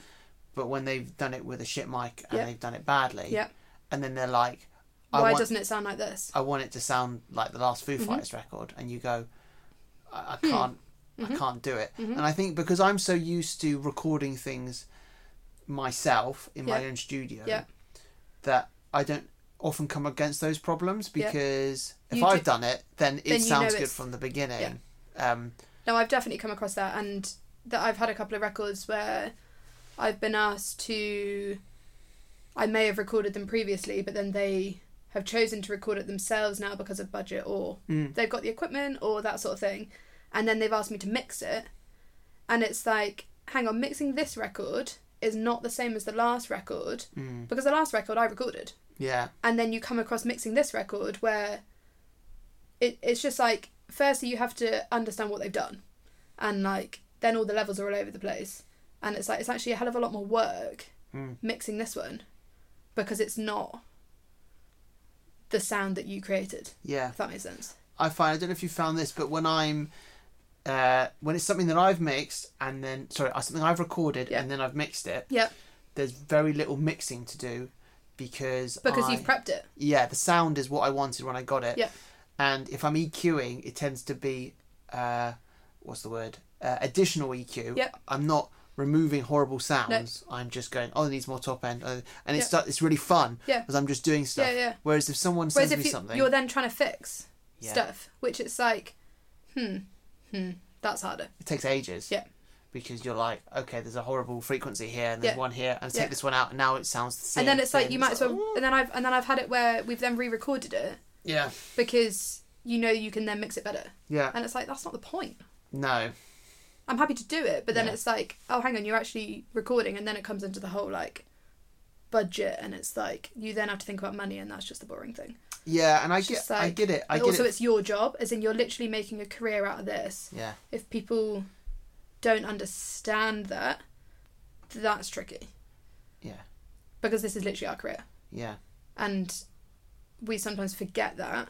S1: But when they've done it with a shit mic and
S2: Yeah.
S1: they've done it badly,
S2: Yeah.
S1: and then they're like, I
S2: Why
S1: want,
S2: doesn't it sound like this?
S1: I want it to sound like the last
S2: Mm-hmm.
S1: Foo Fighters record, and you go, I,
S2: Hmm.
S1: I can't,
S2: Mm-hmm.
S1: I can't do it. And I think because I'm so used to recording things myself in my
S2: Yeah.
S1: own studio,
S2: Yeah.
S1: that I don't often come against those problems
S2: Yeah.
S1: because if
S2: You
S1: I've
S2: do-
S1: done it, then it
S2: Then you know
S1: sounds good
S2: it's-
S1: from the beginning. Um,
S2: No, I've definitely come across that, and that I've had a couple of records where I've been asked to. I may have recorded them previously, but then they have chosen to record it themselves now because of budget, or
S1: Mm.
S2: they've got the equipment, or that sort of thing, and then they've asked me to mix it, and it's like, hang on, mixing this record is not the same as the last record
S1: mm,
S2: because the last record I recorded,
S1: yeah,
S2: and then you come across mixing this record where it, it's just like firstly you have to understand what they've done and like then all the levels are all over the place and it's like it's actually a hell of a lot more work
S1: Mm.
S2: mixing this one because it's not the sound that you created
S1: yeah.
S2: if that makes sense
S1: I find I don't know if you found this, but when I'm uh, when it's something that I've mixed and then sorry, uh, something I've recorded
S2: Yeah.
S1: and then I've mixed it.
S2: yeah
S1: there's very little mixing to do because
S2: because
S1: I-
S2: you've prepped it
S1: yeah the sound is what I wanted when I got it
S2: Yeah.
S1: and if I'm EQing it tends to be uh, what's the word uh, additional EQ
S2: Yeah.
S1: I'm not removing horrible sounds I'm just going oh it needs more top end oh, and it's stu- it's really fun
S2: Yeah.
S1: because I'm just doing stuff
S2: Yeah, yeah.
S1: whereas if someone sends
S2: whereas if
S1: me
S2: you,
S1: something
S2: you're then trying to fix
S1: Yeah.
S2: stuff which it's like hmm hmm that's harder
S1: it takes ages
S2: Yeah.
S1: because you're like okay there's a horrible frequency here and there's
S2: Yeah.
S1: one here and
S2: Yeah.
S1: take this one out and now it sounds the same
S2: and then it's like you might as well
S1: "Ooh."
S2: and then i've and then i've had it where we've then re-recorded it
S1: yeah
S2: because you know you can then mix it better.
S1: yeah
S2: And it's like that's not the point.
S1: no
S2: I'm happy to do it, but then
S1: Yeah.
S2: it's like, oh, hang on, you're actually recording, and then it comes into the whole like budget, and it's like you then have to think about money, and that's just the boring thing.
S1: Yeah, and I
S2: It's
S1: get,
S2: just
S1: I
S2: like-
S1: get it. I
S2: But
S1: get
S2: also,
S1: it.
S2: it's your job, as in you're literally making a career out of this.
S1: yeah,
S2: If people don't understand that, that's tricky
S1: yeah,
S2: because this is literally our career,
S1: yeah.
S2: and we sometimes forget that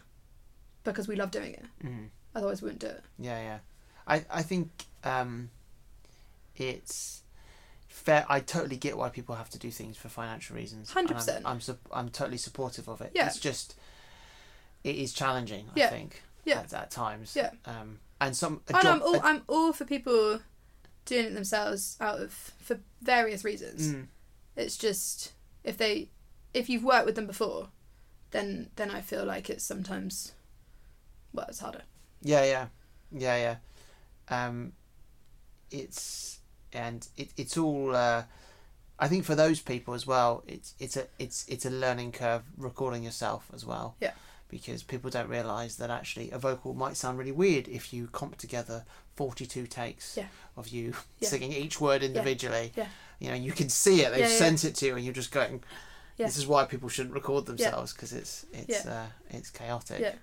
S2: because we love doing it.
S1: Mm.
S2: Otherwise, we wouldn't do it.
S1: Yeah, yeah. I I think um, it's fair. I totally get why people have to do things for financial reasons. and I'm-
S2: 100%.
S1: I'm sup- I'm totally supportive of it.
S2: Yeah.
S1: It's just it is challenging. I
S2: Yeah.
S1: think.
S2: Yeah.
S1: At, at times.
S2: Yeah.
S1: Um, and some a
S2: Oh,
S1: job,
S2: no, I'm all
S1: a-
S2: I'm all for people doing it themselves out of for various reasons.
S1: mm,
S2: It's just if they if you've worked with them before, then then I feel like it's sometimes well, it's harder.
S1: yeah, yeah, yeah, yeah. Um, it's and it, it's all. Uh, I think for those people as well, it's it's a it's it's a learning curve recording yourself as well.
S2: Yeah.
S1: Because people don't realise that actually a vocal might sound really weird if you comp together forty two takes
S2: Yeah.
S1: of you
S2: Yeah.
S1: singing each word individually.
S2: Yeah.
S1: You know, you can see it. They've
S2: Yeah, yeah.
S1: sent it to you, and you're just going.
S2: Yeah.
S1: This is why people shouldn't record themselves because it's it's uh, it's chaotic.
S2: Yeah.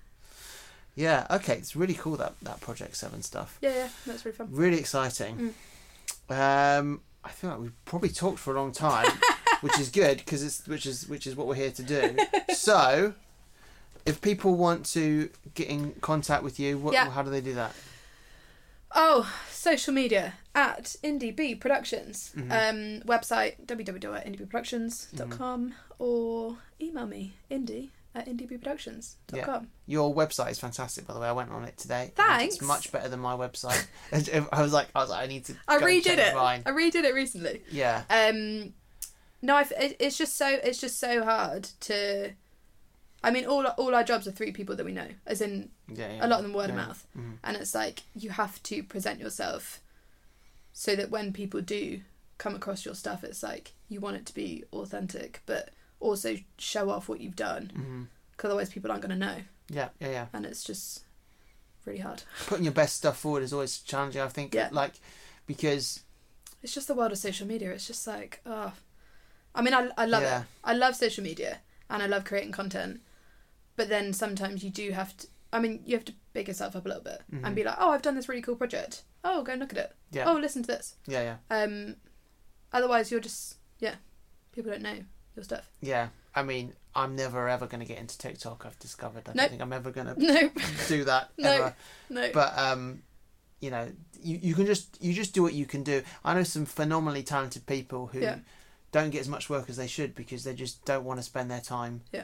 S1: Yeah, okay, it's really cool that that Project Seven stuff.
S2: Yeah, yeah, that's really fun.
S1: Really exciting.
S2: Mm.
S1: Um, I feel like we've probably talked for a long time, which is good because it's which is which is what we're here to do. so, if people want to get in contact with you, what,
S2: Yeah.
S1: how do they do that?
S2: Oh, social media at Indie B Productions.
S1: Mm-hmm.
S2: Um, website www.indiebproductions.com
S1: Mm-hmm.
S2: or email me indie at indiebproductions.com. com.
S1: Your website is fantastic, by the way. I went on it today. and
S2: Thanks.
S1: It's much better than my website. um, I was like, I was like, I need to.
S2: I
S1: go and
S2: redid
S1: change
S2: it.
S1: Mine.
S2: I redid it recently.
S1: Yeah,
S2: um no I, it, it's just so it's just so hard to i mean all all our jobs are three people that we know as in
S1: yeah, yeah.
S2: a lot of them word of
S1: Yeah.
S2: mouth
S1: Mhm.
S2: and it's like you have to present yourself so that when people do come across your stuff it's like you want it to be authentic but also show off what you've done
S1: Mhm.
S2: because otherwise people aren't going to know
S1: Yeah, yeah, yeah.
S2: and it's just really hard
S1: putting your best stuff forward is always challenging. I think
S2: Yeah.
S1: like because
S2: It's just the world of social media. It's just like, oh, I mean, I, I love
S1: Yeah.
S2: it. I love social media and I love creating content. But then sometimes you do have to, I mean, you have to big yourself up a little bit
S1: Mhm.
S2: and be like, oh, I've done this really cool project. Oh, go and look at it.
S1: yeah,
S2: Oh, listen to this.
S1: yeah, yeah,
S2: Um, otherwise, you're just, yeah, people don't know your stuff.
S1: yeah. I mean, I'm never ever going to get into TikTok. I've discovered. I don't
S2: Nope.
S1: think I'm ever going to
S2: No,
S1: do that
S2: No.
S1: ever.
S2: no.
S1: But um, you know, you, you can just you just do what you can do. I know some phenomenally talented people who
S2: Yeah.
S1: don't get as much work as they should because they just don't want to spend their time
S2: Yeah.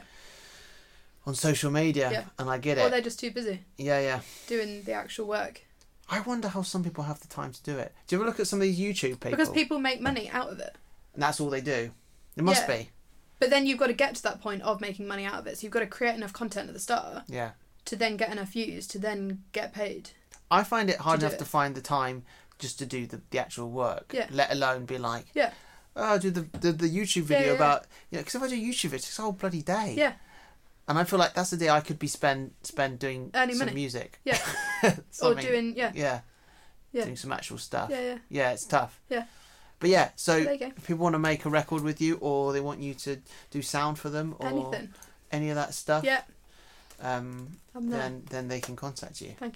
S1: on social media.
S2: Yeah.
S1: And I get
S2: or
S1: it.
S2: they're just too busy
S1: yeah, yeah.
S2: doing the actual work
S1: I wonder how some people have the time to do it. Do you ever look at some of these YouTube people?
S2: because people make money out of it.
S1: and that's all they do. It must
S2: Yeah.
S1: be.
S2: But then you've got to get to that point of making money out of it. So you've got to create enough content at the start
S1: Yeah.
S2: to then get enough views to then get paid.
S1: I find it hard
S2: To do
S1: enough
S2: it.
S1: to find the time just to do the, the actual work.
S2: Yeah.
S1: Let alone be like,
S2: Yeah.
S1: oh, I'll do the, the, the YouTube
S2: Yeah,
S1: video
S2: yeah,
S1: about, you know, because if I do YouTube, it's a whole bloody day.
S2: Yeah.
S1: And I feel like that's the day I could be spend spend doing
S2: Earning
S1: some
S2: money.
S1: music.
S2: Yeah.
S1: Something.
S2: Or doing yeah,
S1: yeah.
S2: Yeah.
S1: Doing some actual stuff.
S2: yeah, yeah.
S1: Yeah, it's tough.
S2: Yeah.
S1: But yeah, so
S2: there you go.
S1: if people want to make a record with you or they want you to do sound for them or
S2: Anything.
S1: any of that stuff,
S2: Yeah.
S1: um,
S2: I'm there.
S1: then then they can contact you.
S2: Thank